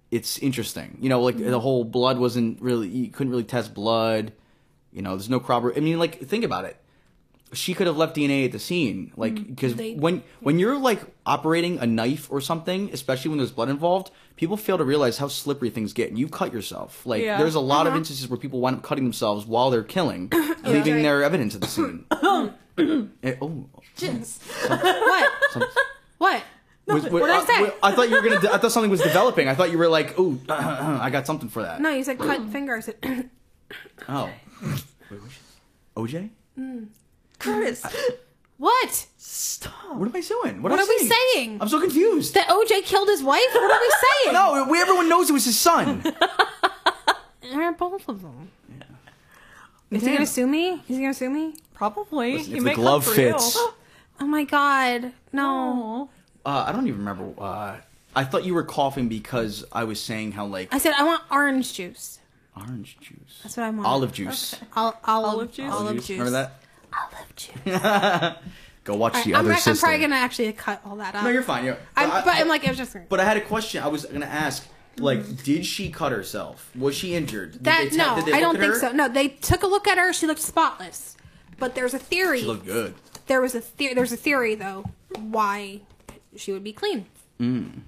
C: it's interesting. You know, like,
A: Mm-hmm.
C: the whole blood wasn't really, you couldn't really test blood. You know, there's no corroborate. I mean, like, think about it. she could have left DNA at the scene, like because
A: Mm, They-
C: when when you're like operating a knife or something, especially when there's blood involved, people fail to realize how slippery things get, and you cut yourself. Like
B: Yeah.
C: there's a lot
A: Uh-huh.
C: of instances where people wind up cutting themselves while they're killing, leaving
A: Right.
C: their evidence at the scene. Eh, oh,
A: What?
C: some-
A: What?
C: was- was-
A: What did I say?
C: wa- I thought you were gonna. d- I thought something was developing. I thought you were like, "Ooh, I got something for that."
A: No, you said cut fingers. I
C: Oh. Wait, which- OJ?
B: Chris,
A: what?
B: stop.
C: What am I doing? What,
A: Oh. What
C: am I
A: are we saying?
C: I'm so confused.
A: That OJ killed his wife? What are we saying?
C: no, we, everyone knows it was his son.
A: They're both of them. Is he
C: Damn.
A: gonna sue me? Is he gonna sue me?
B: Probably.
C: Listen,
B: He
C: if
B: may
C: the
B: come
C: glove
B: for
C: fits.
B: you.
A: Oh my god. No.
B: Oh.
C: Uh, I don't even remember. Uh, I thought you were coughing because I was saying how like
A: I said I want orange juice.
C: orange juice,
A: That's what I want.
C: olive juice,
A: Ol- olive,
B: Olive juice?
A: Olive juice.
C: Remember that?
A: Olive juice.
C: Go watch
A: All right,
C: the
A: I'm,
C: other
A: not- I'm
C: sister.
A: probably gonna actually cut all that out.
C: No, you're fine. You're,
A: I'm,
C: I-
A: but
C: I-
A: I'm like, it was just.
C: But I had a question. I was gonna ask. Like, did she cut herself? Was she injured? Did
A: that
C: they te-
A: no,
C: did they
A: I
C: look
A: don't
C: at
A: think
C: her?
A: so. No, they took a look at her. She looked spotless. But there's a theory.
C: She looked good.
A: there was a theory. There's a theory though why she would be clean.
C: Mm.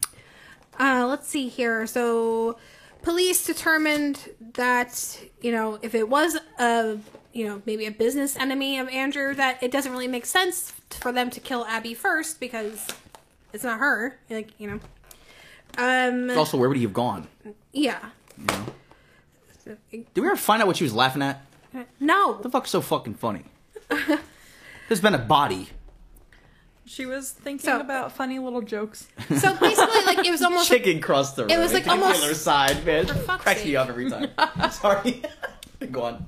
A: Uh, let's see here. So, police determined that you know if it was a you know maybe a business enemy of Andrew, that it doesn't really make sense for them to kill Abby first because it's not her. Like you know. Um.
C: Also, where would he have gone?
A: yeah.
C: Did we ever find out what she was laughing at?
A: No.
C: The fuck's so fucking funny? There's been a body.
B: She was thinking
A: So-
B: about funny little jokes.
A: So basically, like it was almost like,
C: Chicken crust the
A: It was, like, almost-
C: the other side, man.
A: fuck's
C: Cracks me
A: sake.
C: up every time. Sorry. Go on.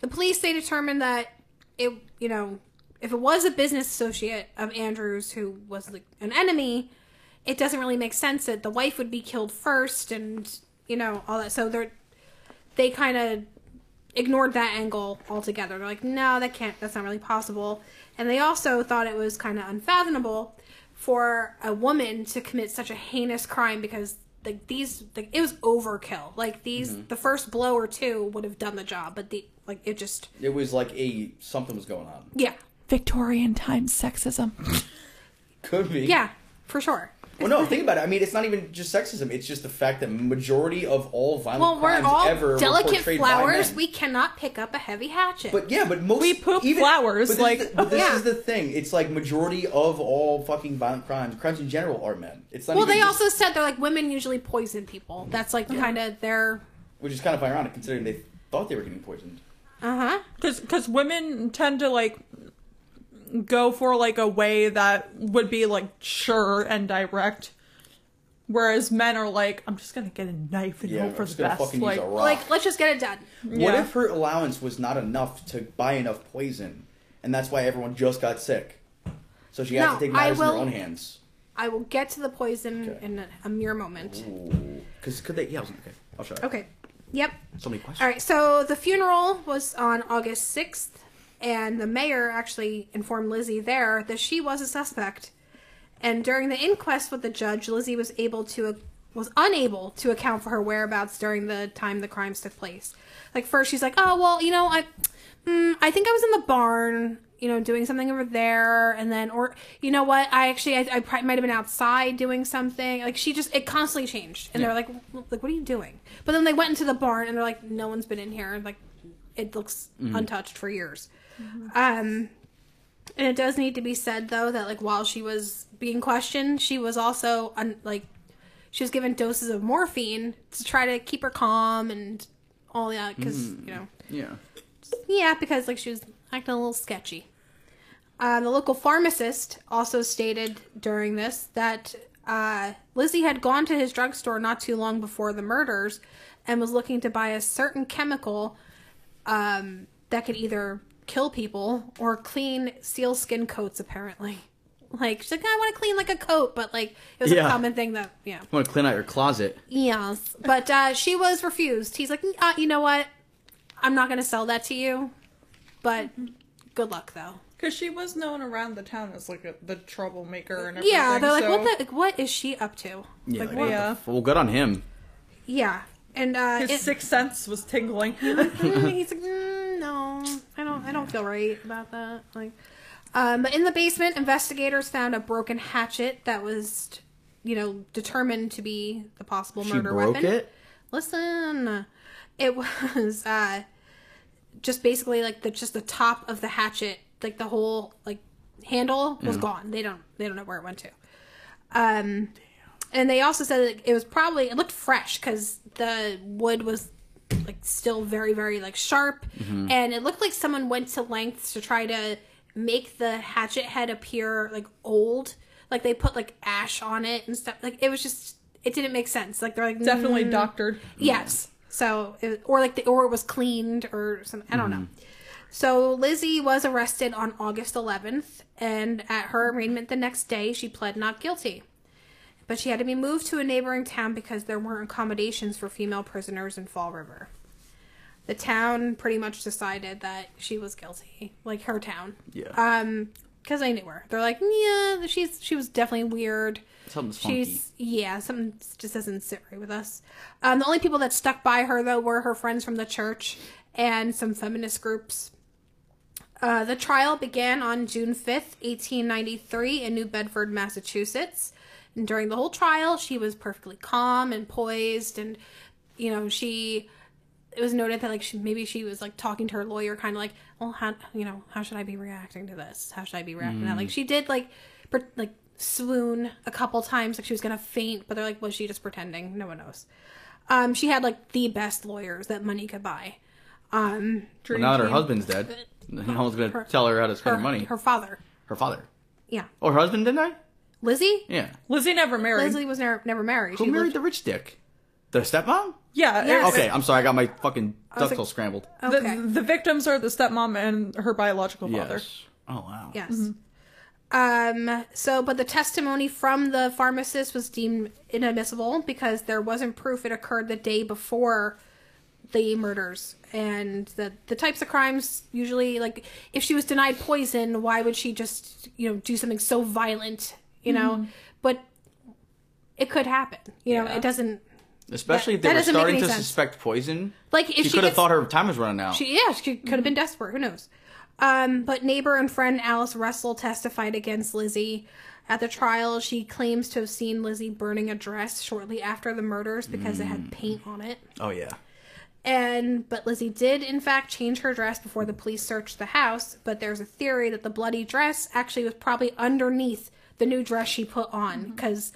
A: the police they determined that it you know if it was a business associate of andrews who was like an enemy it doesn't really make sense that the wife would be killed first and you know all that so they're they kind of ignored that angle altogether they're like no that can't that's not really possible and they also thought it was kind of unfathomable for a woman to commit such a heinous crime because like these like it was overkill like these
C: Mm-hmm.
A: the first blow or two would have done the job but the like it just
C: It was like a something was going on.
A: yeah
B: Victorian time sexism.
C: Could be.
A: yeah for sure
C: Well, no. Think about it. I mean, it's not even just sexism. It's just the fact that majority of all violent
A: well we're
C: crimes ever
A: all
C: were
A: delicate
C: portrayed by
A: flowers
C: men.
A: we cannot pick up a heavy hatchet
C: But yeah, but most
B: We poop
C: even-
B: flowers,
C: But this
B: like-
C: is the, but this
A: Yeah.
C: is the thing. It's like majority of all fucking violent crimes, crimes in general, are men. It's not
A: well
C: even
A: they
C: just-
A: also said they're like women usually poison people that's like kind of their
C: which is kind of ironic considering they thought they were getting poisoned.
A: uh-huh
B: Because women tend to like go for like a way that would be like sure and direct. Whereas men are like, I'm just gonna get a knife and
C: Yeah,
B: hope
C: I'm
B: for
C: just
B: the
C: gonna
B: best.
C: fucking
B: like,
C: use a rock.
A: like let's just get it done
C: What
B: Yeah.
C: if her allowance was not enough to buy enough poison, and that's why everyone just got sick? So she has
A: No,
C: to take
A: I
C: matters in her
A: will-
C: own hands.
A: I will get to the poison
C: Okay.
A: in a, a mere moment.
C: Because could they? Yeah, I was, okay. I'll try.
A: Okay. Yep.
C: So many questions.
A: All right. So the funeral was on August 6th, and the mayor actually informed Lizzie there that she was a suspect. And during the inquest with the judge, Lizzie was able to was unable to account for her whereabouts during the time the crimes took place. Like first, she's like, "Oh well, you know, I, mm, I think I was in the barn, you know, doing something over there, and then, or you know what, I actually, I, I probably might have been outside doing something. Like she just, it constantly changed, and they're like, "Well, like, what are you doing? But then they went into the barn, and they're like, no one's been in here, like, it looks untouched for years. Um, and it does need to be said though that like while she was being questioned, she was also un- like she was given doses of morphine to try to keep her calm and all that because you know
C: Yeah.
A: yeah, because like she was acting a little sketchy. Uh, the local pharmacist also stated during this that uh, Lizzie had gone to his drugstore not too long before the murders and was looking to buy a certain chemical um, that could either kill people or clean sealskin coats. Apparently, like she's like, I want to clean like a coat, but like it was
C: Yeah.
A: a common thing that yeah.
C: want to clean out your closet?
A: Yes, but uh, she was refused. He's like, uh, you know what? I'm not going to sell that to you, but good luck though.
B: Because she was known around the town as like a, the troublemaker and everything.
A: Yeah, they're like,
B: so-
A: what the? Like, what is she up to?
C: Yeah.
A: Like,
C: Like,
A: what-
B: yeah.
C: what the f- Well, good on him.
A: yeah, and uh,
B: His
A: it-
B: sixth sense was tingling.
A: he's like, mm, no, I don't. I I don't feel right about that. Like, um, in the basement, investigators found a broken hatchet that was, you know, determined to be the possible
C: She
A: murder
C: broke
A: weapon.
C: it.
A: Listen, it was uh, just basically like the just the top of the hatchet, like the whole like handle was gone. They don't they don't know where it went to. Um, and they also said that it was probably it looked fresh because the wood was like still very very like sharp, and it looked like someone went to lengths to try to make the hatchet head appear like old. Like they put like ash on it and stuff. Like it was just it didn't make sense. Like "Mm-hmm." they're like
B: Definitely doctored.
A: Yes. So, it, or like the or it was cleaned or something. I don't know. So Lizzie was arrested on August 11th, and at her arraignment the next day, she pled not guilty. But she had to be moved to a neighboring town because there weren't accommodations for female prisoners in Fall River. The town pretty much decided that she was guilty, like her town,
C: Yeah.
A: um, because they knew her. They're like, yeah, she's she was definitely weird.
C: Something's funky.
A: She's yeah, something just doesn't sit right with us. Um, the only people that stuck by her though were her friends from the church and some feminist groups. Uh, the trial began on June fifth, eighteen ninety three, in New Bedford, Massachusetts. And during the whole trial, she was perfectly calm and poised, and you know she. It was noted that like she, maybe she was like talking to her lawyer, kind of like, well, how you know how should I be reacting to this? How should I be reacting to that?
C: Mm.
A: Like she did like, per, like swoon a couple times, like she was gonna faint, but they're like, was she just pretending? No one knows. Um, she had like the best lawyers that money could buy. Um,
C: Well,
B: Dream
C: now that her
B: team.
C: husband's dead, no one's gonna
A: Her-
C: tell her how to spend
A: her
C: her, money.
A: her
C: Her,
A: father,
C: father.
A: yeah,
C: Oh, her husband didn't I?
A: Lizzie.
C: Yeah.
B: Lizzie never married.
A: Leslie was never, never married.
C: Who
A: She
C: married
A: lived-
C: the rich dick? The stepmom?
B: Yeah.
A: Yes.
B: it's-
C: Okay, I'm sorry. I got my fucking
A: was
C: ducks
A: like-
C: all scrambled.
B: The,
A: okay.
B: the victims are the stepmom and her biological father.
C: Yes. Oh wow.
A: Yes. Um, so, but the testimony from the pharmacist was deemed inadmissible because there wasn't proof it occurred the day before the murders. And the, the types of crimes usually, like, if she was denied poison, why would she just, you know, do something so violent, you know? But it could happen, you know?
C: Yeah.
A: It doesn't,
C: Especially
A: That- that
C: if they
A: doesn't
C: were
A: make
C: starting
A: any
C: to
A: sense.
C: suspect poison.
A: like, if
C: she
A: she,
C: could have
A: gets-
C: thought her time was running out.
A: She, yeah, she could have
B: Mm-hmm.
A: been desperate. Who knows? Um, but neighbor and friend Alice Russell testified against Lizzie. At the trial, she claims to have seen Lizzie burning a dress shortly after the murders because it
B: Mm.
A: had paint on it.
C: oh yeah.
A: And but Lizzie did in fact change her dress before the police searched the house, but there's a theory that the bloody dress actually was probably underneath the new dress she put
B: Mm-hmm.
A: on cuz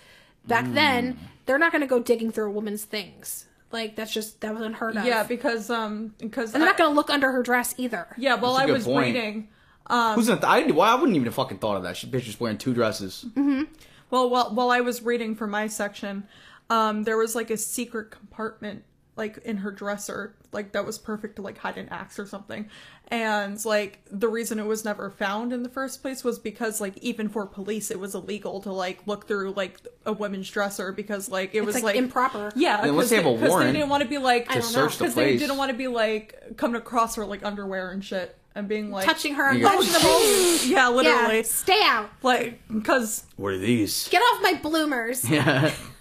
A: back
B: Mm.
A: then they're not going to go digging through a woman's things. Like that's just that was unheard of.
B: Yeah, because um, because
A: And they're not going to look under her dress either.
B: yeah, well,
C: That's a
B: I
C: good
B: was
C: point.
B: reading.
A: um,
C: Who's gonna? Th- I didn't- why I wouldn't even have fucking thought of that. She bitch just wearing two dresses.
A: Mm-hmm.
B: Well, while while I was reading for my section, um, there was like a secret compartment like in her dresser, like that was perfect to like hide an axe or something. And like the reason it was never found in the first place was because like even for police it was illegal to like look through like a women's dresser because like it was
A: like,
B: like
A: improper.
B: Yeah,
C: Unless
B: 'cause
C: they have a
B: 'cause
C: warrant
B: They didn't want to be like
A: don't know.
C: search the
B: because they
C: place.
B: didn't want to be like coming across her like underwear and shit and being like Oh,
A: touching her
C: Yeah.
A: unquestionable.
B: Yeah, literally.
A: Yeah, stay out.
B: Like because
C: What are these?
A: Get off my bloomers.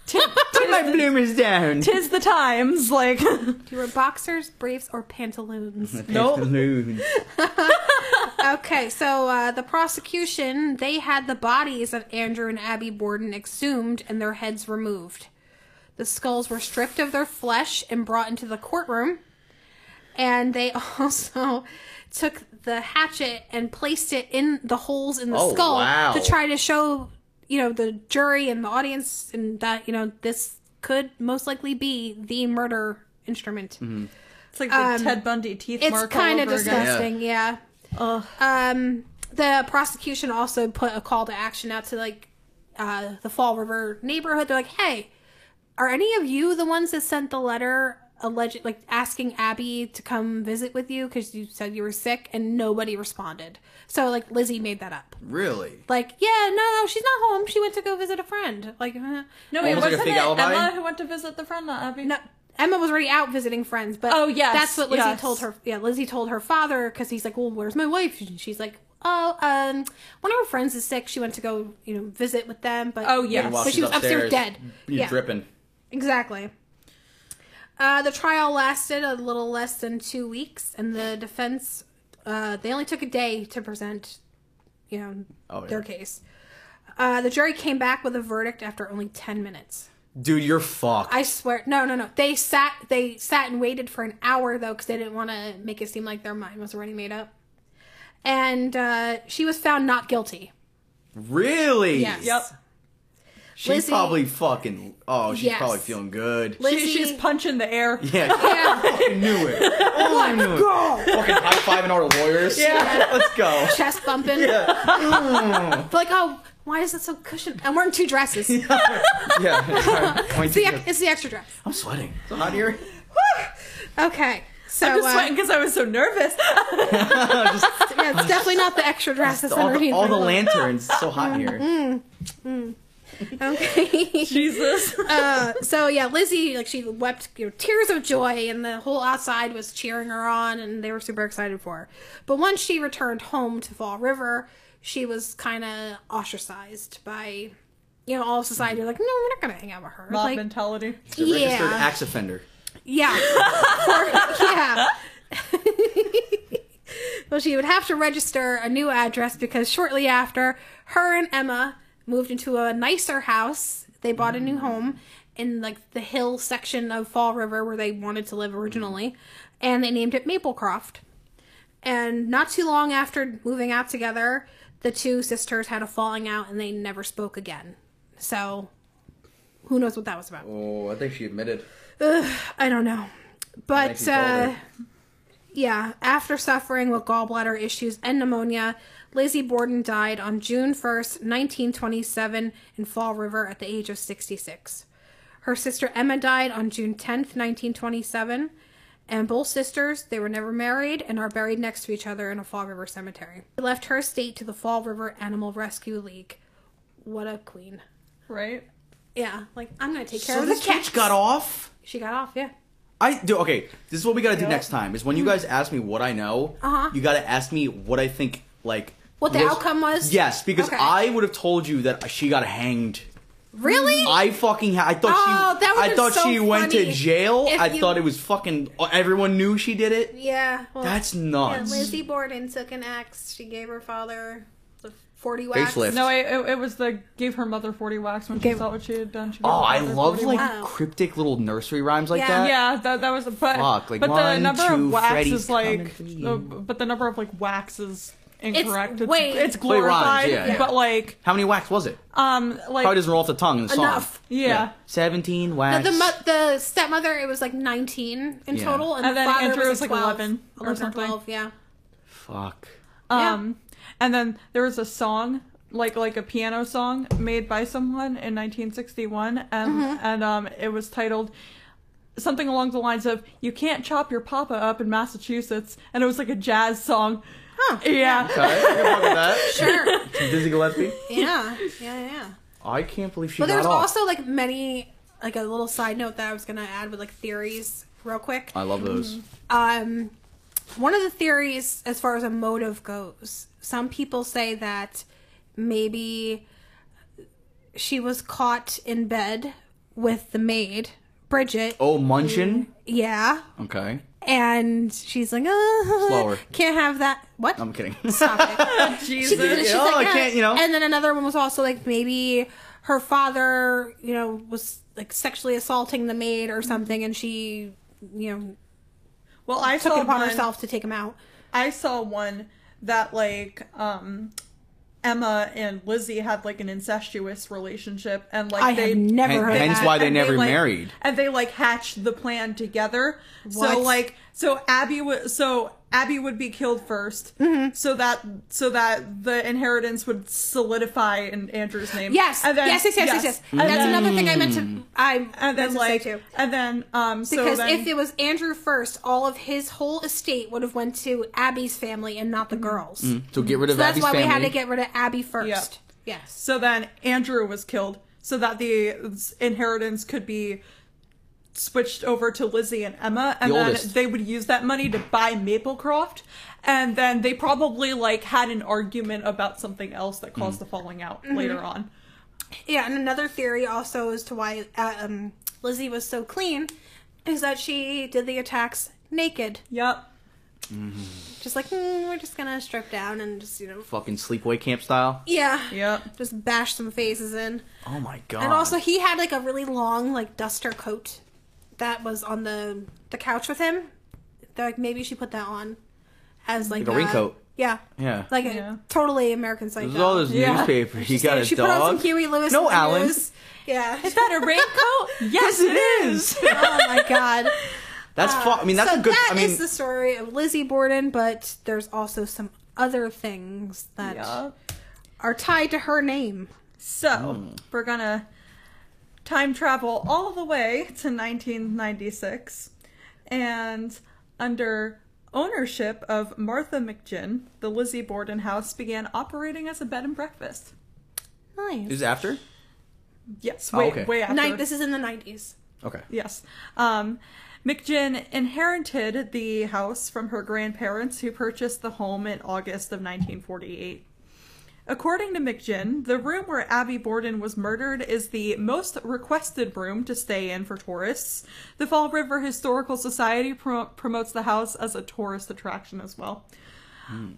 C: Put my bloomers down.
B: tis the times like
A: you were boxers, briefs, or pantaloons.
B: Nope.
C: Pantaloons.
A: okay, so uh, the prosecution they had the bodies of Andrew and Abby Borden exhumed and their heads removed. The skulls were stripped of their flesh and brought into the courtroom. And they also took the hatchet and placed it in the holes in the
C: Oh,
A: skull
C: wow.
A: to try to show, you know, the jury and the audience and that, you know, this could most likely be the murder
C: Mm-hmm.
A: instrument.
B: It's like the Ted Bundy teeth
A: Um, It's
B: mark.
A: kind of
B: disgusting.
A: disgusting, yeah.
B: Ugh.
A: Um, the prosecution also put a call to action out to like uh, the Fall River neighborhood. They're like, "Hey, are any of you the ones that sent the letter alleged like asking Abby to come visit with you because you said you were sick?" And nobody responded. So like Lizzie made that up.
C: Really?
A: Like, yeah, no, no, she's not home. She went to go visit a friend. Like, uh,
B: No,
C: Almost
B: wait,
C: like a
B: wasn't
C: fake
B: it
C: alibi?
B: Emma who went to visit the friend, not Abby?
A: No, Emma was already out visiting friends, but
B: Oh, yes,
A: that's what Lizzie
B: yes.
A: told her. Yeah, Lizzie told her father because he's like, "Well, where's my wife?" And she's like, "Oh, um, one of her friends is sick. She went to go, you know, visit with them, but
B: Oh, yes.
C: While
A: but she
C: she's
A: was upstairs, dead.
C: You're
A: yeah,
C: dripping.
A: exactly." Uh, the trial lasted a little less than two weeks, and the defense uh, they only took a day to present, you know,
C: Oh, yeah.
A: their case. Uh, the jury came back with a verdict after only ten minutes.
C: Dude, you're fucked.
A: I swear, no, no, no. They sat, they sat and waited for an hour though, because they didn't want to make it seem like their mind was already made up. And uh, she was found not guilty.
C: really?
A: Yes.
B: Yep.
C: She's
A: Lizzie-
C: probably fucking. Oh, she's
A: Yes.
C: probably feeling good.
B: She, she's punching the air.
C: yeah.
A: yeah,
C: I knew it. Oh, I knew it. Fucking high fiving our lawyers.
B: Yeah.
C: Let's go.
A: chest bumping. But like, oh, why is it so cushioned? And we're in two dresses. It's
C: Yeah. Point
A: the,
C: to-
A: ex- it's the extra dress.
C: I'm sweating. It's hot here.
A: Okay, so
B: I'm just
A: uh,
B: sweating because I was so nervous.
A: yeah, it's definitely not the extra dress that's
C: all the,
A: underneath.
C: all
A: my
C: the
A: clothes.
C: lanterns. It's so hot
A: Mm-hmm.
C: here.
A: Okay.
B: Jesus.
A: uh, so yeah, Lizzie like she wept you know, tears of joy, and the whole outside was cheering her on, and they were super excited for her. But once she returned home to Fall River, she was kind of ostracized by you know all of society. Like, no, we're not gonna hang out with her.
B: Mob
A: like,
B: mentality.
C: The registered
A: Yeah.
C: axe offender.
A: Yeah. For- yeah. well, she would have to register a new address because shortly after, her and Emma moved into a nicer house. They bought a new home in like the hill section of Fall River where they wanted to live originally, and they named it Maplecroft. And not too long after moving out together, the two sisters had a falling out and they never spoke again. So, who knows what that was about?
C: Oh, I think she admitted.
A: I don't know. But
C: you
A: uh,
C: taller.
A: yeah, after suffering with gallbladder issues and pneumonia, Lizzie Borden died on June 1st, 1927, in Fall River at the age of 66. Her sister Emma died on June 10th, 1927, and both sisters, they were never married and are buried next to each other in a Fall River cemetery. She left her estate to the Fall River Animal Rescue League. What a queen.
B: Right?
A: Yeah, like I'm going to take care
C: So
A: of the
C: this
A: cat.
C: bitch got off.
A: She got off, yeah.
C: I do okay. This is what we gotta do
B: Yeah.
C: next time. Is when you guys ask me what I know,
A: Mm-hmm. Uh-huh.
C: you gotta ask me what I think. Like
A: What the outcome was?
C: Yes, because
A: Okay.
C: I would have told you that she got hanged.
A: Really?
C: I fucking ha- I thought
A: Oh,
C: she
A: that would've
C: I thought
A: been so
C: she went to
A: funny
C: jail.
A: if
C: I
A: you-
C: thought it was fucking everyone knew she did it.
A: Yeah. Well,
C: That's
A: yeah,
C: nuts.
A: Lizzie Borden took an axe. She gave her father the 40 whacks.
C: Facelift.
B: No, I, it, it was the gave her mother 40 whacks when she
A: Gave-
B: saw what she had done. She gave
C: oh,
B: her
C: I
B: mother
C: love
B: 40
C: like
B: whacks.
A: Wow.
C: cryptic little nursery rhymes like
A: Yeah.
C: that.
B: Yeah, that, that was but,
C: Fuck, like,
B: but the
C: one,
B: number
C: two,
B: of wax
C: Freddy's
B: is like
C: coming for
B: uh,
C: you.
B: but the number of like wax is incorrect. It's,
A: way-
B: it's
A: Play
C: rhymes,
B: glorified,
C: yeah, yeah.
B: but like
C: How many whacks was it?
B: um like
C: Probably doesn't roll off the tongue in the song.
A: Uh, Enough.
B: Yeah.
C: Seventeen
A: The,
C: whacks.
A: the, mo- the stepmother, it was like 19 in
C: Yeah.
A: total. And,
B: And
A: the
B: then
A: father
B: Andrew
A: was like 12, 11
B: or something.
A: 12, yeah.
C: Fuck.
B: Um, and then there was a song, like like a piano song, made by someone in 1961, and
A: Mm-hmm.
B: and um, it was titled something along the lines of "You can't chop your papa up in Massachusetts," and it was like a jazz song.
A: Huh.
B: Yeah.
C: Okay, you can fuck with that.
A: Sure.
C: Some Dizzy Gillespie.
A: yeah. Yeah, yeah.
C: I can't believe she
A: But there
C: got
A: was
C: off.
A: also like many, like a little side note that I was going to add with like theories real quick.
C: I love those.
A: um, one of the theories as far as a motive goes, some people say that maybe she was caught in bed with the maid, Bridget.
C: Oh, Munchin.
A: Yeah.
C: Okay,
A: And she's like, uh,
C: Slower.
A: can't have that. What?
C: I'm kidding.
A: Stop it. She-
B: Jesus.
A: she's
C: Oh,
A: like,
C: I
A: "Yeah."
C: can't, you know.
A: And then another one was also like, maybe her father, you know, was like sexually assaulting the maid or something, and she, you know,
B: Well, I
A: took
B: saw
A: it upon
B: one-
A: herself to take him out.
B: I saw one that like um. Emma and Lizzie had like an incestuous relationship, and like
A: I
B: they
A: have never
C: Hen-
A: heard
C: hence
A: that.
C: why they
B: and
C: never
B: like-
C: married.
B: And they like hatched the plan together. So
A: What?
B: like so Abby would so Abby would be killed 1st
A: Mm-hmm.
B: so that so that the inheritance would solidify in Andrew's name.
A: Yes.
B: And then-
A: yes, yes, yes, yes, yes. Mm. And that's
B: then-
A: another thing I meant to I
B: And
A: meant
B: then
A: to
B: like
A: say too.
B: and then um so
A: Because
B: then,
A: if it was Andrew first, all of his whole estate would have went to Abby's family and not the girls.
C: So get rid of
A: So that's
C: Mm. Abby's
A: why
C: family.
A: we had to get rid of Abby first. Yes.
B: so then Andrew was killed so that the inheritance could be switched over to Lizzie and Emma, and
C: The
B: then
C: oldest.
B: they would use that money to buy Maplecroft. And then they probably like had an argument about something else that
C: Mm.
B: caused the falling out later on.
A: Yeah, and another theory also as to why uh, um, Lizzie was so clean is that she did the attacks naked.
B: Yep.
A: Just like mm, we're just gonna strip down and just you know,
C: Fucking sleepaway camp style.
A: yeah,
B: Yep.
A: just bash some faces in.
C: Oh my god.
A: And also, he had like a really long like duster coat that was on the the couch with him. They're like, maybe she put that on as like, uh,
C: Like a raincoat.
A: Yeah,
C: yeah.
A: like
B: Yeah.
A: a totally American psycho.
C: There's all this
B: Yeah.
C: newspaper. He got a
A: she
C: dog.
A: put on some Huey Lewis.
C: No, Alan.
A: news. Yeah.
B: Is that a raincoat? yes, it is.
A: oh my god.
C: That's fu- I mean, that's
A: uh, so
C: a good.
A: that
C: I mean,
A: is the story of Lizzie Borden, but there's also some other things that
B: Yup.
A: are tied to her name.
B: So
C: Hmm.
B: we're gonna time travel all the way to 1996, and under ownership of Martha McGinn, the Lizzie Borden house began operating as a bed and breakfast.
A: Nice.
C: is it after?
B: Yes,
C: Oh,
B: way
C: okay.
B: way after.
A: Night. This is in the nineties.
C: Okay.
B: Yes. Um, McGinn inherited the house from her grandparents who purchased the home in August of 1948. According to McGinn, the room where Abby Borden was murdered is the most requested room to stay in for tourists. The Fall River Historical Society pro- promotes the house as a tourist attraction as well.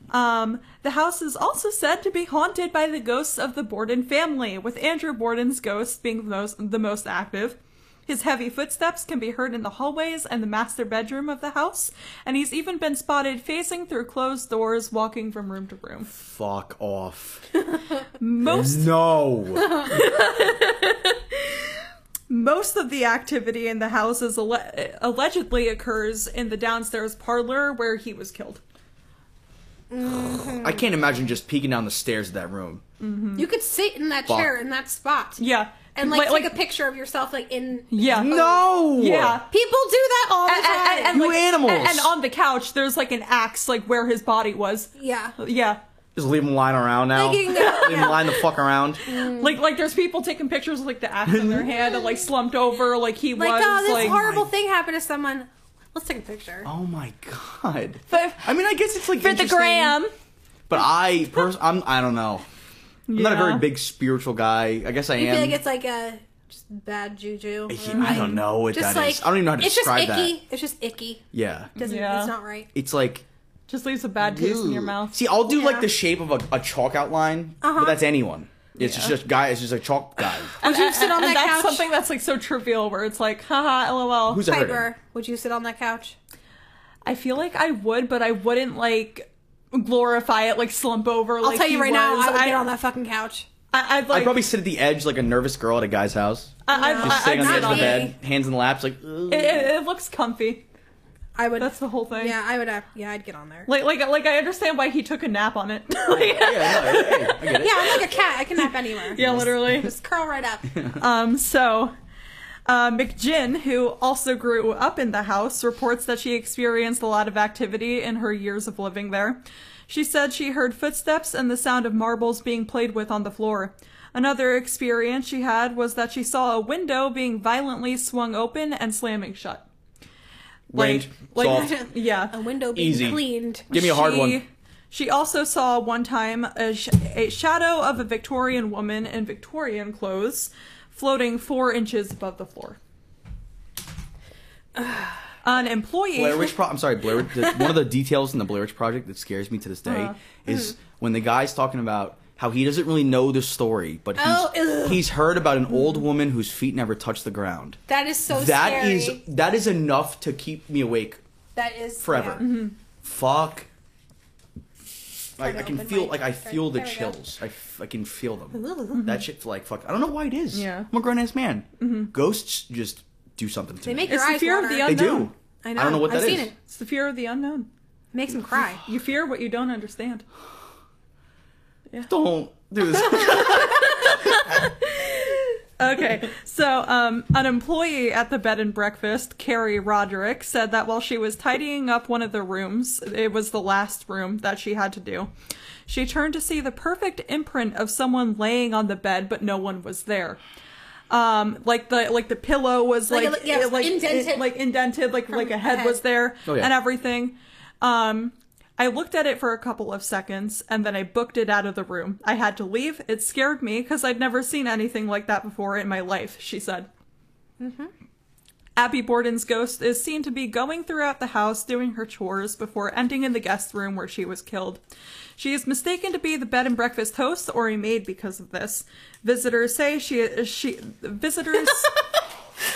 B: Um, the house is also said to be haunted by the ghosts of the Borden family, with Andrew Borden's ghost being the most, the most active. His heavy footsteps can be heard in the hallways and the master bedroom of the house, and he's even been spotted facing through closed doors, walking from room to room.
C: Fuck off.
B: Most
C: no.
B: most of the activity in the house is alle- allegedly occurs in the downstairs parlor where he was killed.
C: I can't imagine just peeking down the stairs of that room.
A: You could sit in that
C: Fuck.
A: chair in that spot
B: Yeah,
A: and like, take a picture of yourself like in.
B: yeah,
C: No.
B: yeah.
A: People do that all the
B: And- and-
A: time.
B: and,
C: You
B: like-
C: animals.
B: And, and on the couch, there's like an axe, like where his body was.
A: yeah.
B: Yeah,
C: Just leave them lying around now.
A: Like, you
C: leave
A: know,
C: them lying the fuck around.
A: Mm.
B: like like there's people taking pictures with like the axe in their hand and like slumped over, like he
A: Like
B: was.
A: oh, this
B: like,
A: horrible thing happened to someone. Let's take a picture.
C: Oh my god.
B: For-
C: I mean, I guess it's like
B: for the
C: interesting,
B: gram.
C: But I pers- I'm I don't know. I'm not a
B: Yeah.
C: very big spiritual guy. I guess I
A: you
C: am.
A: feel like it's like a just bad juju.
C: Yeah,
A: or,
C: I don't know what
A: Just
C: that
A: like
C: is. I don't even know how to
A: it's
C: describe
A: just
C: that.
A: icky. It's just icky.
C: Yeah.
A: Doesn't.
B: Yeah.
A: It's not right.
C: It's like
B: Just leaves a bad taste in your
C: Ooh.
B: mouth.
C: See, I'll do
A: Yeah.
C: like the shape of a, a chalk outline,
A: Uh-huh.
C: but that's anyone. It's just, just guy. It's just a chalk guy.
A: Would you sit on
B: and
A: that
B: that's
A: couch?
B: something that's like so trivial, where it's like, haha, lol.
C: Who's that hurting?
A: Piper, would you sit on that couch?
B: I feel like I would, but I wouldn't like glorify it, like slump over.
A: I'll
B: like
A: tell you
B: he
A: right now,
B: was.
A: I would get on that fucking couch.
B: I, I'd
C: I'd
B: like.
C: probably sit at the edge like a nervous girl at a guy's house.
B: I, I'd,
C: Just sitting on the
B: I'd
C: edge
B: sit
C: of the
B: on
A: me.
B: it.
C: bed, hands in the laps,
A: Eh,
C: like. "Ugh."
B: It, it, it looks comfy.
A: I would.
B: That's the whole thing.
A: yeah, I would. have- Yeah, I'd get on there.
B: Like, like, like I understand why he took a nap on it.
C: Yeah,
B: Like-
C: no, hey, I get it.
A: Yeah, I'm like a cat. I can nap anywhere.
B: yeah, literally.
A: Just curl right up.
B: Um, so, uh, McGinn, who also grew up in the house, reports that she experienced a lot of activity in her years of living there. She said she heard footsteps and the sound of marbles being played with on the floor. Another experience she had was that she saw a window being violently swung open and slamming shut.
C: Range,
B: like,
C: soft.
B: yeah.
A: A window being
C: Easy.
A: cleaned.
C: Give me a hard
B: she,
C: one.
B: She also saw one time a, sh- a shadow of a Victorian woman in Victorian clothes floating four inches above the floor. An employee.
C: Blair Witch Pro- I'm sorry, Blair. Witch- the- one of the details in the Blair Witch Project that scares me to this
A: Uh-huh.
C: day is when the guy's talking about how he doesn't really know the story, but he's,
A: Oh, ugh.
C: he's heard about an old woman whose feet never touched the ground.
A: That is so
C: That
A: scary.
C: is that is enough to keep me awake
A: that is
C: forever.
A: yeah. Mm-hmm.
C: Fuck. Like
A: Trying
C: I
A: to
C: can
A: open
C: feel
A: my-
C: like I feel the
A: There we go.
C: chills. I, f- I can feel
A: Mm-hmm.
C: them. that shit's like fuck. I don't know why it is.
B: Yeah.
C: I'm a grown ass man.
A: Mm-hmm.
C: Ghosts just do something to
A: They
C: me.
A: make
B: It's
A: your
B: the
A: eyes
B: fear of
A: water.
B: the
C: they
B: un-
C: do.
A: I know.
C: I don't know what
A: I've
C: that
A: seen
C: is.
A: It.
B: it's the fear of the unknown.
A: Makes them cry.
B: You fear what you don't understand.
C: Don't do this.
B: Okay, so um, an employee at the bed and breakfast, Carrie Roderick, said that while she was tidying up one of the rooms, it was the last room that she had to do. She turned to see the perfect imprint of someone laying on the bed, but no one was there. Um, like the like the pillow was
A: Like
B: like
A: a- yeah, it was indented.
B: it- like indented, like like a head
A: head.
B: was there
C: Oh, yeah.
B: and everything. Um, I looked at it for a couple of seconds and then I booked it out of the room. I had to leave. It scared me because I'd never seen anything like that before in my life, she said. Abby Borden's ghost is seen to be going throughout the house doing her chores before ending in the guest room where she was killed. She is mistaken to be the bed and breakfast host or a maid because of this. Visitors say she she visitors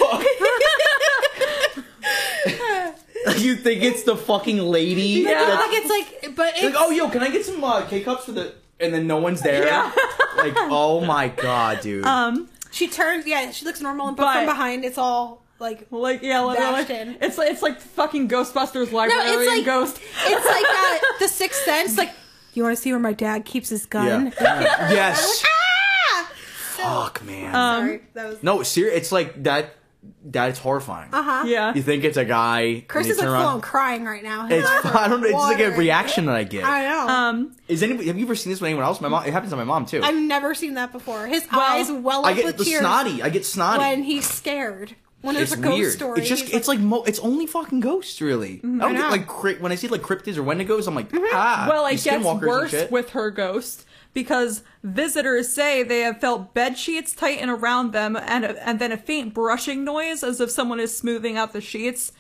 C: you think it's the fucking lady?
A: I feel
C: that's-
A: like it's like, but
C: Like,
A: it's,
C: oh, yo, can I get some uh, K cups for the? And then no one's there.
B: Yeah.
C: like, oh my god, dude.
A: Uh,
B: um
A: she turns. Yeah, she looks normal, and but from
B: But-
A: behind, it's all like
B: like yeah like,
A: Bashed
B: like-
A: in.
B: it's like it's like fucking Ghostbusters librarian
A: like-
B: ghost.
A: It's like uh, the Sixth Sense. Like, you want to see where my dad keeps his
C: yeah.
A: gun?
C: Yeah. yes.
A: Ah! Um,
C: Fuck, man.
A: Sorry, that was.
C: no, ser- It's like that. That's horrifying.
A: Uh huh.
B: Yeah.
C: You think it's a guy?
A: Chris
C: and
A: is
C: they
A: like
C: turn
A: full on
C: around-
A: crying right now.
C: It's I don't know. It's just like a
A: Water.
C: reaction that I get.
A: I know.
B: Um
C: is anybody? Have you ever seen this with anyone else? My mom. It happens to my mom too.
A: I've never seen that before. His
B: Well,
A: eyes well
C: I
A: up
C: get
A: with
C: the
A: tears
C: snotty. I get snotty.
A: when he's scared. When there's
C: it's
A: a ghost
C: weird.
A: story,
C: It's just
A: he's
C: it's like, mo- it's only fucking ghosts really. I don't
A: I
C: get
A: know.
C: like cri- when I see like cryptids or wendigos, I'm like ah.
B: Well, it
C: these
B: gets
C: skinwalkers and
B: worse
C: shit.
B: with her ghost because visitors say they have felt bed sheets tighten around them and and then a faint brushing noise as if someone is smoothing out the sheets.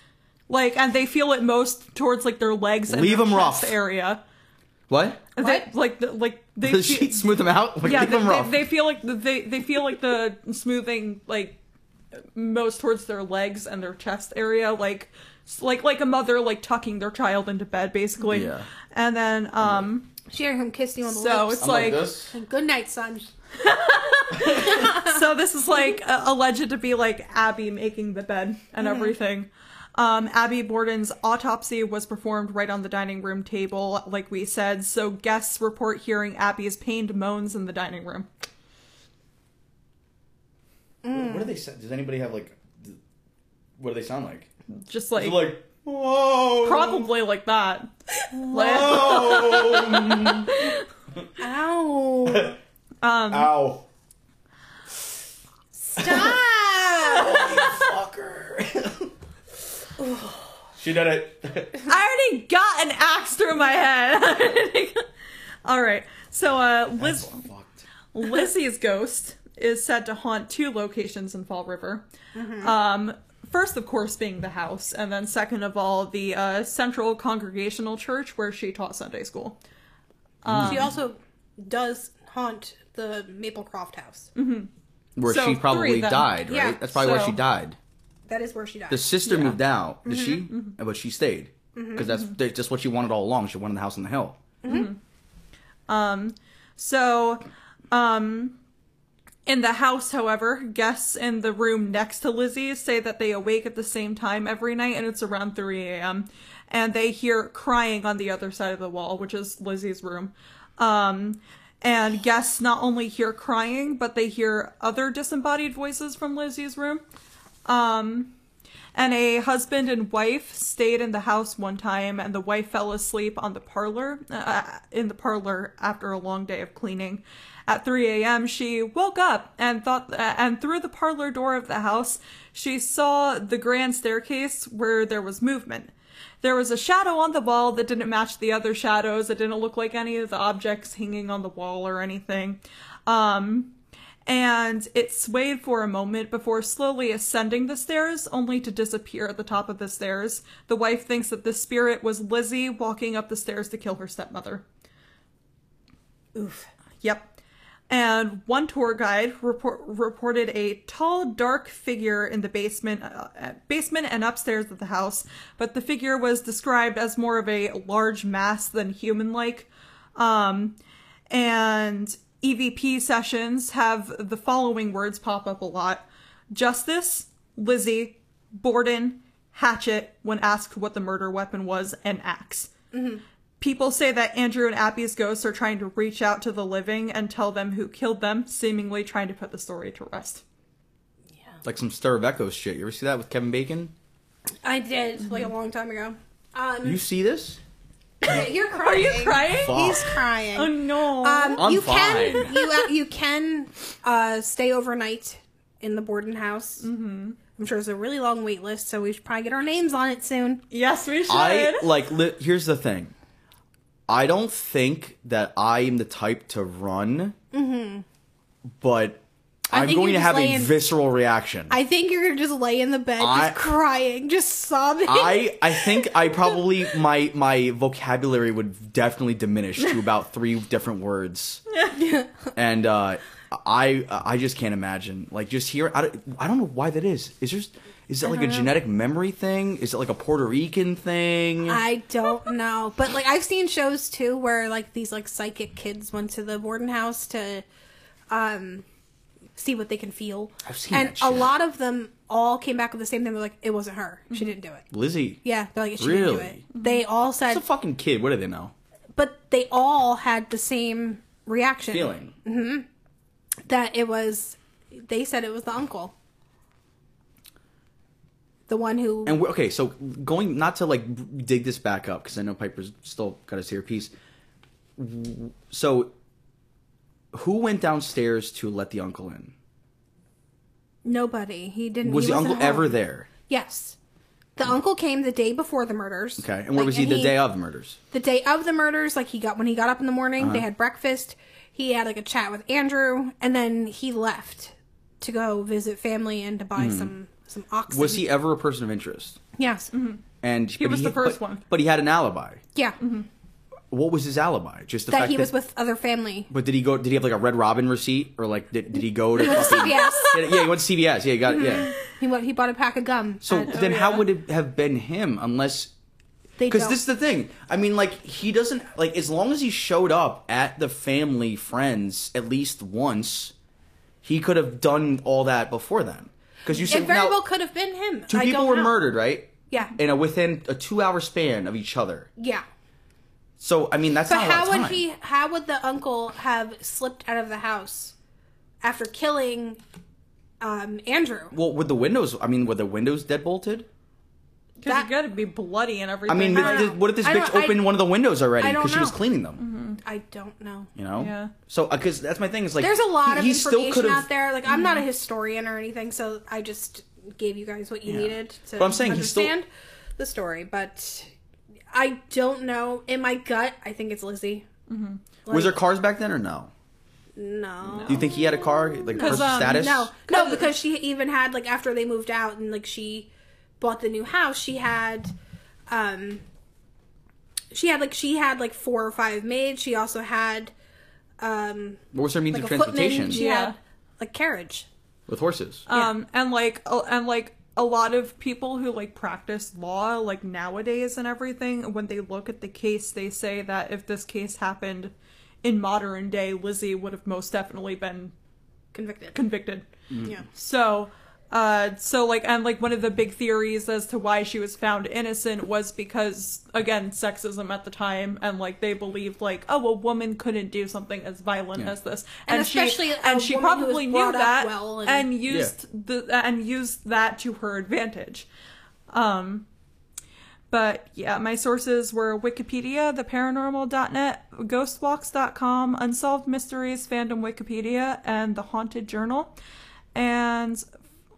B: Like and they feel it most towards like their legs and
C: Leave
B: their
C: 'em
B: chest
C: rough.
B: area.
C: what?
B: They, like the, like they
C: The
B: feel-
C: sheets smooth them out. Like,
B: yeah,
C: leave
B: they,
C: them rough.
B: they, they feel like the, they they feel like the smoothing like most towards their legs and their chest area, like like like a mother like tucking their child into bed basically.
C: Yeah.
B: And then um
A: she heard him kissing on the
B: So
A: lips.
B: it's like-
C: this.
A: And Good night, son.
B: so this is like uh, alleged to be like Abby making the bed and everything. Um, Abby Borden's autopsy was performed right on the dining room table, like we said. So guests report hearing Abby's pained moans in the dining room.
C: What do they? sa- Does anybody have like? th- What do they sound like?
B: Just
C: Is
B: like,
C: it like whoa.
B: probably like that. Like-
C: Whoa.
A: Ow!
B: um,
C: Ow.
A: Stop!
C: Fucker. she did it.
B: I already got an axe through my head. All right. So uh, Liz,
C: Fucked.
B: Lizzie's ghost is said to haunt two locations in Fall River. Um, first, of course, being the house, and then second of all, the uh, Central Congregational Church where she taught Sunday school.
A: she also does haunt the Maplecroft house.
C: Where
B: So,
C: she
B: three
C: probably
B: then.
C: died, right?
A: Yeah.
C: That's probably where she
B: So-
C: died.
A: That is where she died.
C: The sister moved out.
A: Mm-hmm.
C: Did she? But she stayed because that's that's just what she wanted all along. She wanted the house on the hill.
B: Um, so, um, in the house, however, guests in the room next to Lizzie say that they awake at the same time every night, and it's around 3 a.m. And they hear crying on the other side of the wall, which is Lizzie's room. Um, and guests not only hear crying, but they hear other disembodied voices from Lizzie's room. Um, and a husband and wife stayed in the house one time, and the wife fell asleep on the parlor uh, in the parlor after a long day of cleaning. At 3 a.m., she woke up and thought, uh, and through the parlor door of the house, she saw the grand staircase where there was movement. There was a shadow on the wall that didn't match the other shadows. It didn't look like any of the objects hanging on the wall or anything. Um, and it swayed for a moment before slowly ascending the stairs, only to disappear at the top of the stairs. The wife thinks that the spirit was Lizzie walking up the stairs to kill her stepmother.
A: Oof.
B: Yep. And one tour guide report, reported a tall, dark figure in the basement, uh, uh, basement and upstairs of the house, but the figure was described as more of a large mass than human-like. Um, and EVP sessions have the following words pop up a lot: Justice, Lizzie, Borden, Hatchet. When asked what the murder weapon was, an axe. People say that Andrew and Appy's ghosts are trying to reach out to the living and tell them who killed them, seemingly trying to put the story to rest.
C: Like some Stir of Echoes shit. You ever see that with Kevin Bacon?
A: I did like a long time ago. Um,
C: You see this?
A: you're crying.
B: Are you crying?
C: Fuck.
A: He's crying.
B: Oh no.
A: Um,
C: I'm
A: you
C: fine.
A: can you uh, you can uh, stay overnight in the Borden house. Mm-hmm. I'm sure it's a really long wait list, so we should probably get our names on it soon.
B: yes, we should.
C: I like. Li- here's the thing. I don't think that I am the type to run, but
A: Mm-hmm. I
C: I'm
A: think
C: going
A: you're just
C: to have
A: laying-
C: a visceral reaction.
A: I think you're gonna just lay in the bed,
C: I-
A: just crying, just sobbing.
C: I I think I probably my my vocabulary would definitely diminish to about three different words, and uh, I I just can't imagine like just hear I don't, I don't know why that is. Is there is that like a genetic memory thing? Is it like a Puerto Rican thing?
A: I don't know, but like I've seen shows too where like these like psychic kids went to the Warden house to um see what they can feel.
C: I've seen
A: and
C: that
A: a
C: shit.
A: lot of them all came back with the same thing. They're like, it wasn't her. She didn't do it.
C: Lizzie,
A: Yeah, they're like, she didn't do it.
C: Really?
A: They all said,
C: it's a fucking kid. What do they know?
A: but they all had the same reaction
C: Feeling.
A: that it was. They said it was the uncle, the one who.
C: And we're, okay, so going not to like dig this back up because I know Piper's still got his earpiece. W- So, who went downstairs to let the uncle in?
A: nobody. He didn't.
C: Was
A: he
C: the
A: wasn't
C: uncle
A: home.
C: ever there?
A: Yes. The uncle came the day before the murders.
C: Okay, and where
A: Like,
C: was he the day of the murders?
A: The day of the murders, like he got when he got up in the morning,
C: Uh-huh.
A: they had breakfast. He had like a chat with Andrew, and then he left to go visit family and to buy some some oxen.
C: Hmm. Was he ever a person of interest?
A: Yes.
C: And he
B: was the first
C: but-
B: one.
C: but he had an alibi.
A: Yeah.
C: What was his alibi? Just the
A: That
C: fact
A: he
C: that
A: was with other family.
C: But did he go? Did he have like a Red Robin receipt or like did, did he go to? fucking-
A: CVS.
C: yeah, yeah, he went to CVS. Yeah, he got yeah.
A: He went, he bought a pack of gum.
C: So
A: at-
C: then,
B: Oh,
C: how
B: yeah.
C: would it have been him unless
A: they
C: Because
A: don't-
C: this is the thing. I mean, like he doesn't like as long as he showed up at the family friends at least once, he could have done all that before then. Because you
A: it
C: said
A: very
C: now,
A: well could have been him.
C: two
A: I
C: people
A: don't
C: were
A: know.
C: murdered, right?
A: Yeah.
C: In a within a two hour span of each other.
A: Yeah.
C: So I mean, that's
A: But
C: not a lot
A: how
C: of
A: would
C: time.
A: he? How would the uncle have slipped out of the house after killing um, Andrew?
C: Well, with the windows, I mean, were the windows deadbolted?
B: Because you gotta be bloody and
C: I
B: everything.
C: mean,
A: don't
C: th-
A: know.
C: what if this
A: I
C: bitch
A: don't- I-
C: opened one of the windows already
A: I don't
C: because she was
A: know. Mm-hmm.
C: cleaning them?
A: I don't know.
C: You know.
B: Yeah.
C: So because that's my thing is like
A: There's a lot
C: he-
A: of
C: he still
A: information
C: could've- Mm-hmm.
A: out there. Like I'm not a historian or anything, so I just gave you guys what you needed to
C: But I'm saying he's still-
A: understand the story. But I don't know. In my gut, I think it's Lizzie.
C: Was there cars back then or no?
A: No.
C: Do you think he had a car like person
B: 'Cause, um,
C: status?
A: No, no, because she even had like after they moved out and like she bought the new house, she had, um, she had like she had like four or five maids. She also had, um,
C: What was her means
A: like a
C: of
A: footman.
C: transportation?
A: She
B: Yeah.
A: had like carriage.
C: With horses.
B: um and like a- and like a lot of people who like practice law like nowadays and everything when they look at the case they say that if this case happened in modern day lizzie would have most definitely been
A: Convicted.
B: convicted
A: Yeah.
B: so uh so like and like one of the big theories as to why she was found innocent was because again sexism at the time and like they believed like oh a woman couldn't do something as violent
C: Yeah.
B: as this
A: And especially
B: she,
A: a
B: and she
A: woman who was
B: probably knew
A: brought up
B: that
A: well
B: and,
A: and-
B: used the uh, and used that to her advantage um but yeah, my sources were Wikipedia, theparanormal.net, ghostwalks.com, Unsolved Mysteries fandom Wikipedia, and The Haunted Journal. And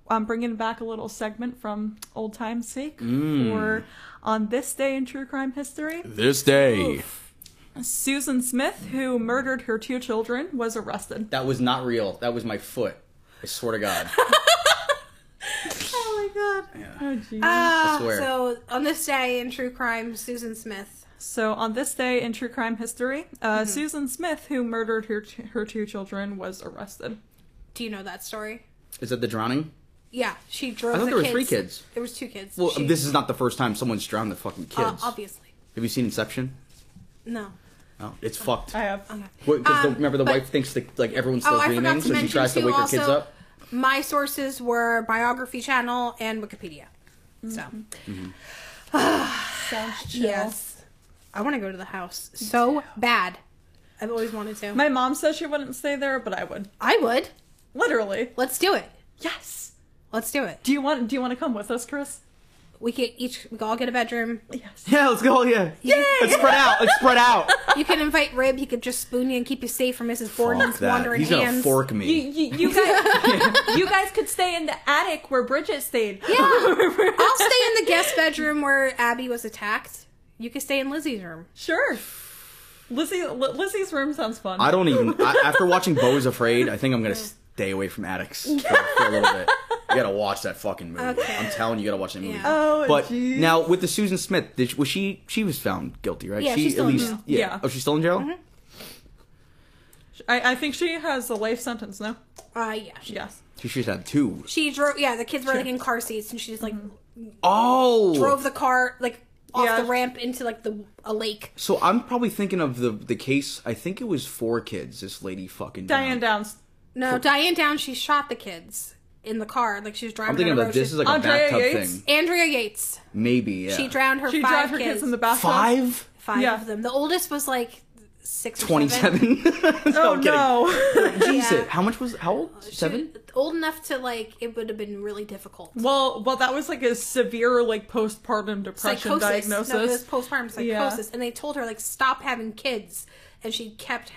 B: I'm bringing back a little segment from Old Time's Sake for On This Day in True Crime History.
C: This day.
B: Susan Smith, who murdered her two children, was arrested.
C: That was not real. That was my foot. I swear to God.
B: Oh my god. Oh, geez.
A: Ah,
C: swear.
A: so on this day in true crime, Susan Smith.
B: So on this day in true crime history, uh,
C: Mm-hmm.
B: Susan Smith, who murdered her her two children, was arrested.
A: Do you know that story?
C: is that the drowning?
A: Yeah, she drove.
C: I
A: the
C: thought there were
A: kids.
C: three kids.
A: There was two kids.
C: Well,
A: She-
C: this is not the first time someone's drowned the fucking kids.
A: uh, obviously
C: Have you seen Inception?
A: no.
C: No. It's fucked.
B: I have.
A: Okay.
C: Because
A: Oh. Um,
C: remember, the
A: but-
C: wife thinks that like everyone's still
A: oh, I forgot
C: dreaming,
A: to
C: so she
A: mention
C: tries to
A: too,
C: wake her
A: also,
C: kids up.
A: My sources were Biography Channel and Wikipedia. So
B: Sounds chill.
A: yes, I want to go to the house so bad. I've always wanted to.
B: My mom said she wouldn't stay there, but I would.
A: I would.
B: Literally.
A: Let's do it.
B: Yes.
A: Let's do it.
B: Do you want do you want to come with us, Chris?
A: We can each we can all get a bedroom.
B: Yes.
C: Yeah, let's go. Oh, Yeah.
A: Yay!
C: Let's spread out. Let's spread out.
A: You can invite Rib. He could just spoon you and keep you safe from Mrs. Borden's
C: Fuck that.
A: wandering
C: He's gonna
A: hands.
C: fork
B: You,
C: me.
B: you, you guys you guys could stay in the attic where Bridget stayed.
A: Yeah. I'll stay in the guest bedroom where Abby was attacked. You could stay in Lizzie's room.
B: Sure. Lizzie Li- Lizzie's room sounds fun.
C: I don't even. I, after watching Bo is Afraid, I think I'm gonna s- stay away from addicts for, for a little bit. You gotta watch that fucking movie.
A: Okay.
C: I'm telling you, you gotta watch that movie.
A: Yeah.
B: Oh,
C: but
B: jeez.
C: now with the Susan Smith, did she, was she she was found guilty, right?
A: Yeah,
C: she
A: she's still in jail. Mm-hmm.
C: yeah.
B: Yeah.
C: Oh, she's still in jail.
B: I, I think she has a life sentence. No.
A: Uh, yeah. She,
B: Yes.
C: She should have two.
A: she drove. Yeah, the kids were like in car seats, and she just like
C: Oh,
A: drove the car like off
B: Mm-hmm. Yeah.
A: the ramp into like the a lake.
C: So I'm probably thinking of the the case. I think it was four kids. This lady fucking
B: Diane
C: died.
B: Downs.
A: No, Diane Down. She shot the kids in the car. Like she was driving.
C: I'm thinking
A: down a
C: of
A: road,
C: this
A: she-
C: is like
B: Andrea
C: a bathtub
B: Yates?
C: thing.
A: Andrea Yates.
C: Maybe yeah.
A: She drowned her
B: She
A: five
B: drowned her
A: kids.
B: kids, in the bathtub.
C: five.
A: Five
B: Yeah.
A: of them. The oldest was like six. Or seven.
C: 27. no,
B: Oh
C: I'm kidding.
B: no.
C: Jesus.
A: Yeah.
C: How much was how old?
A: She-
C: Seven?
A: old enough to like it would have been really difficult.
B: well, well, that was like a severe like postpartum depression
A: Psychosis. No, it was
B: diagnosis.
A: postpartum psychosis, and they told her like stop having kids, and she kept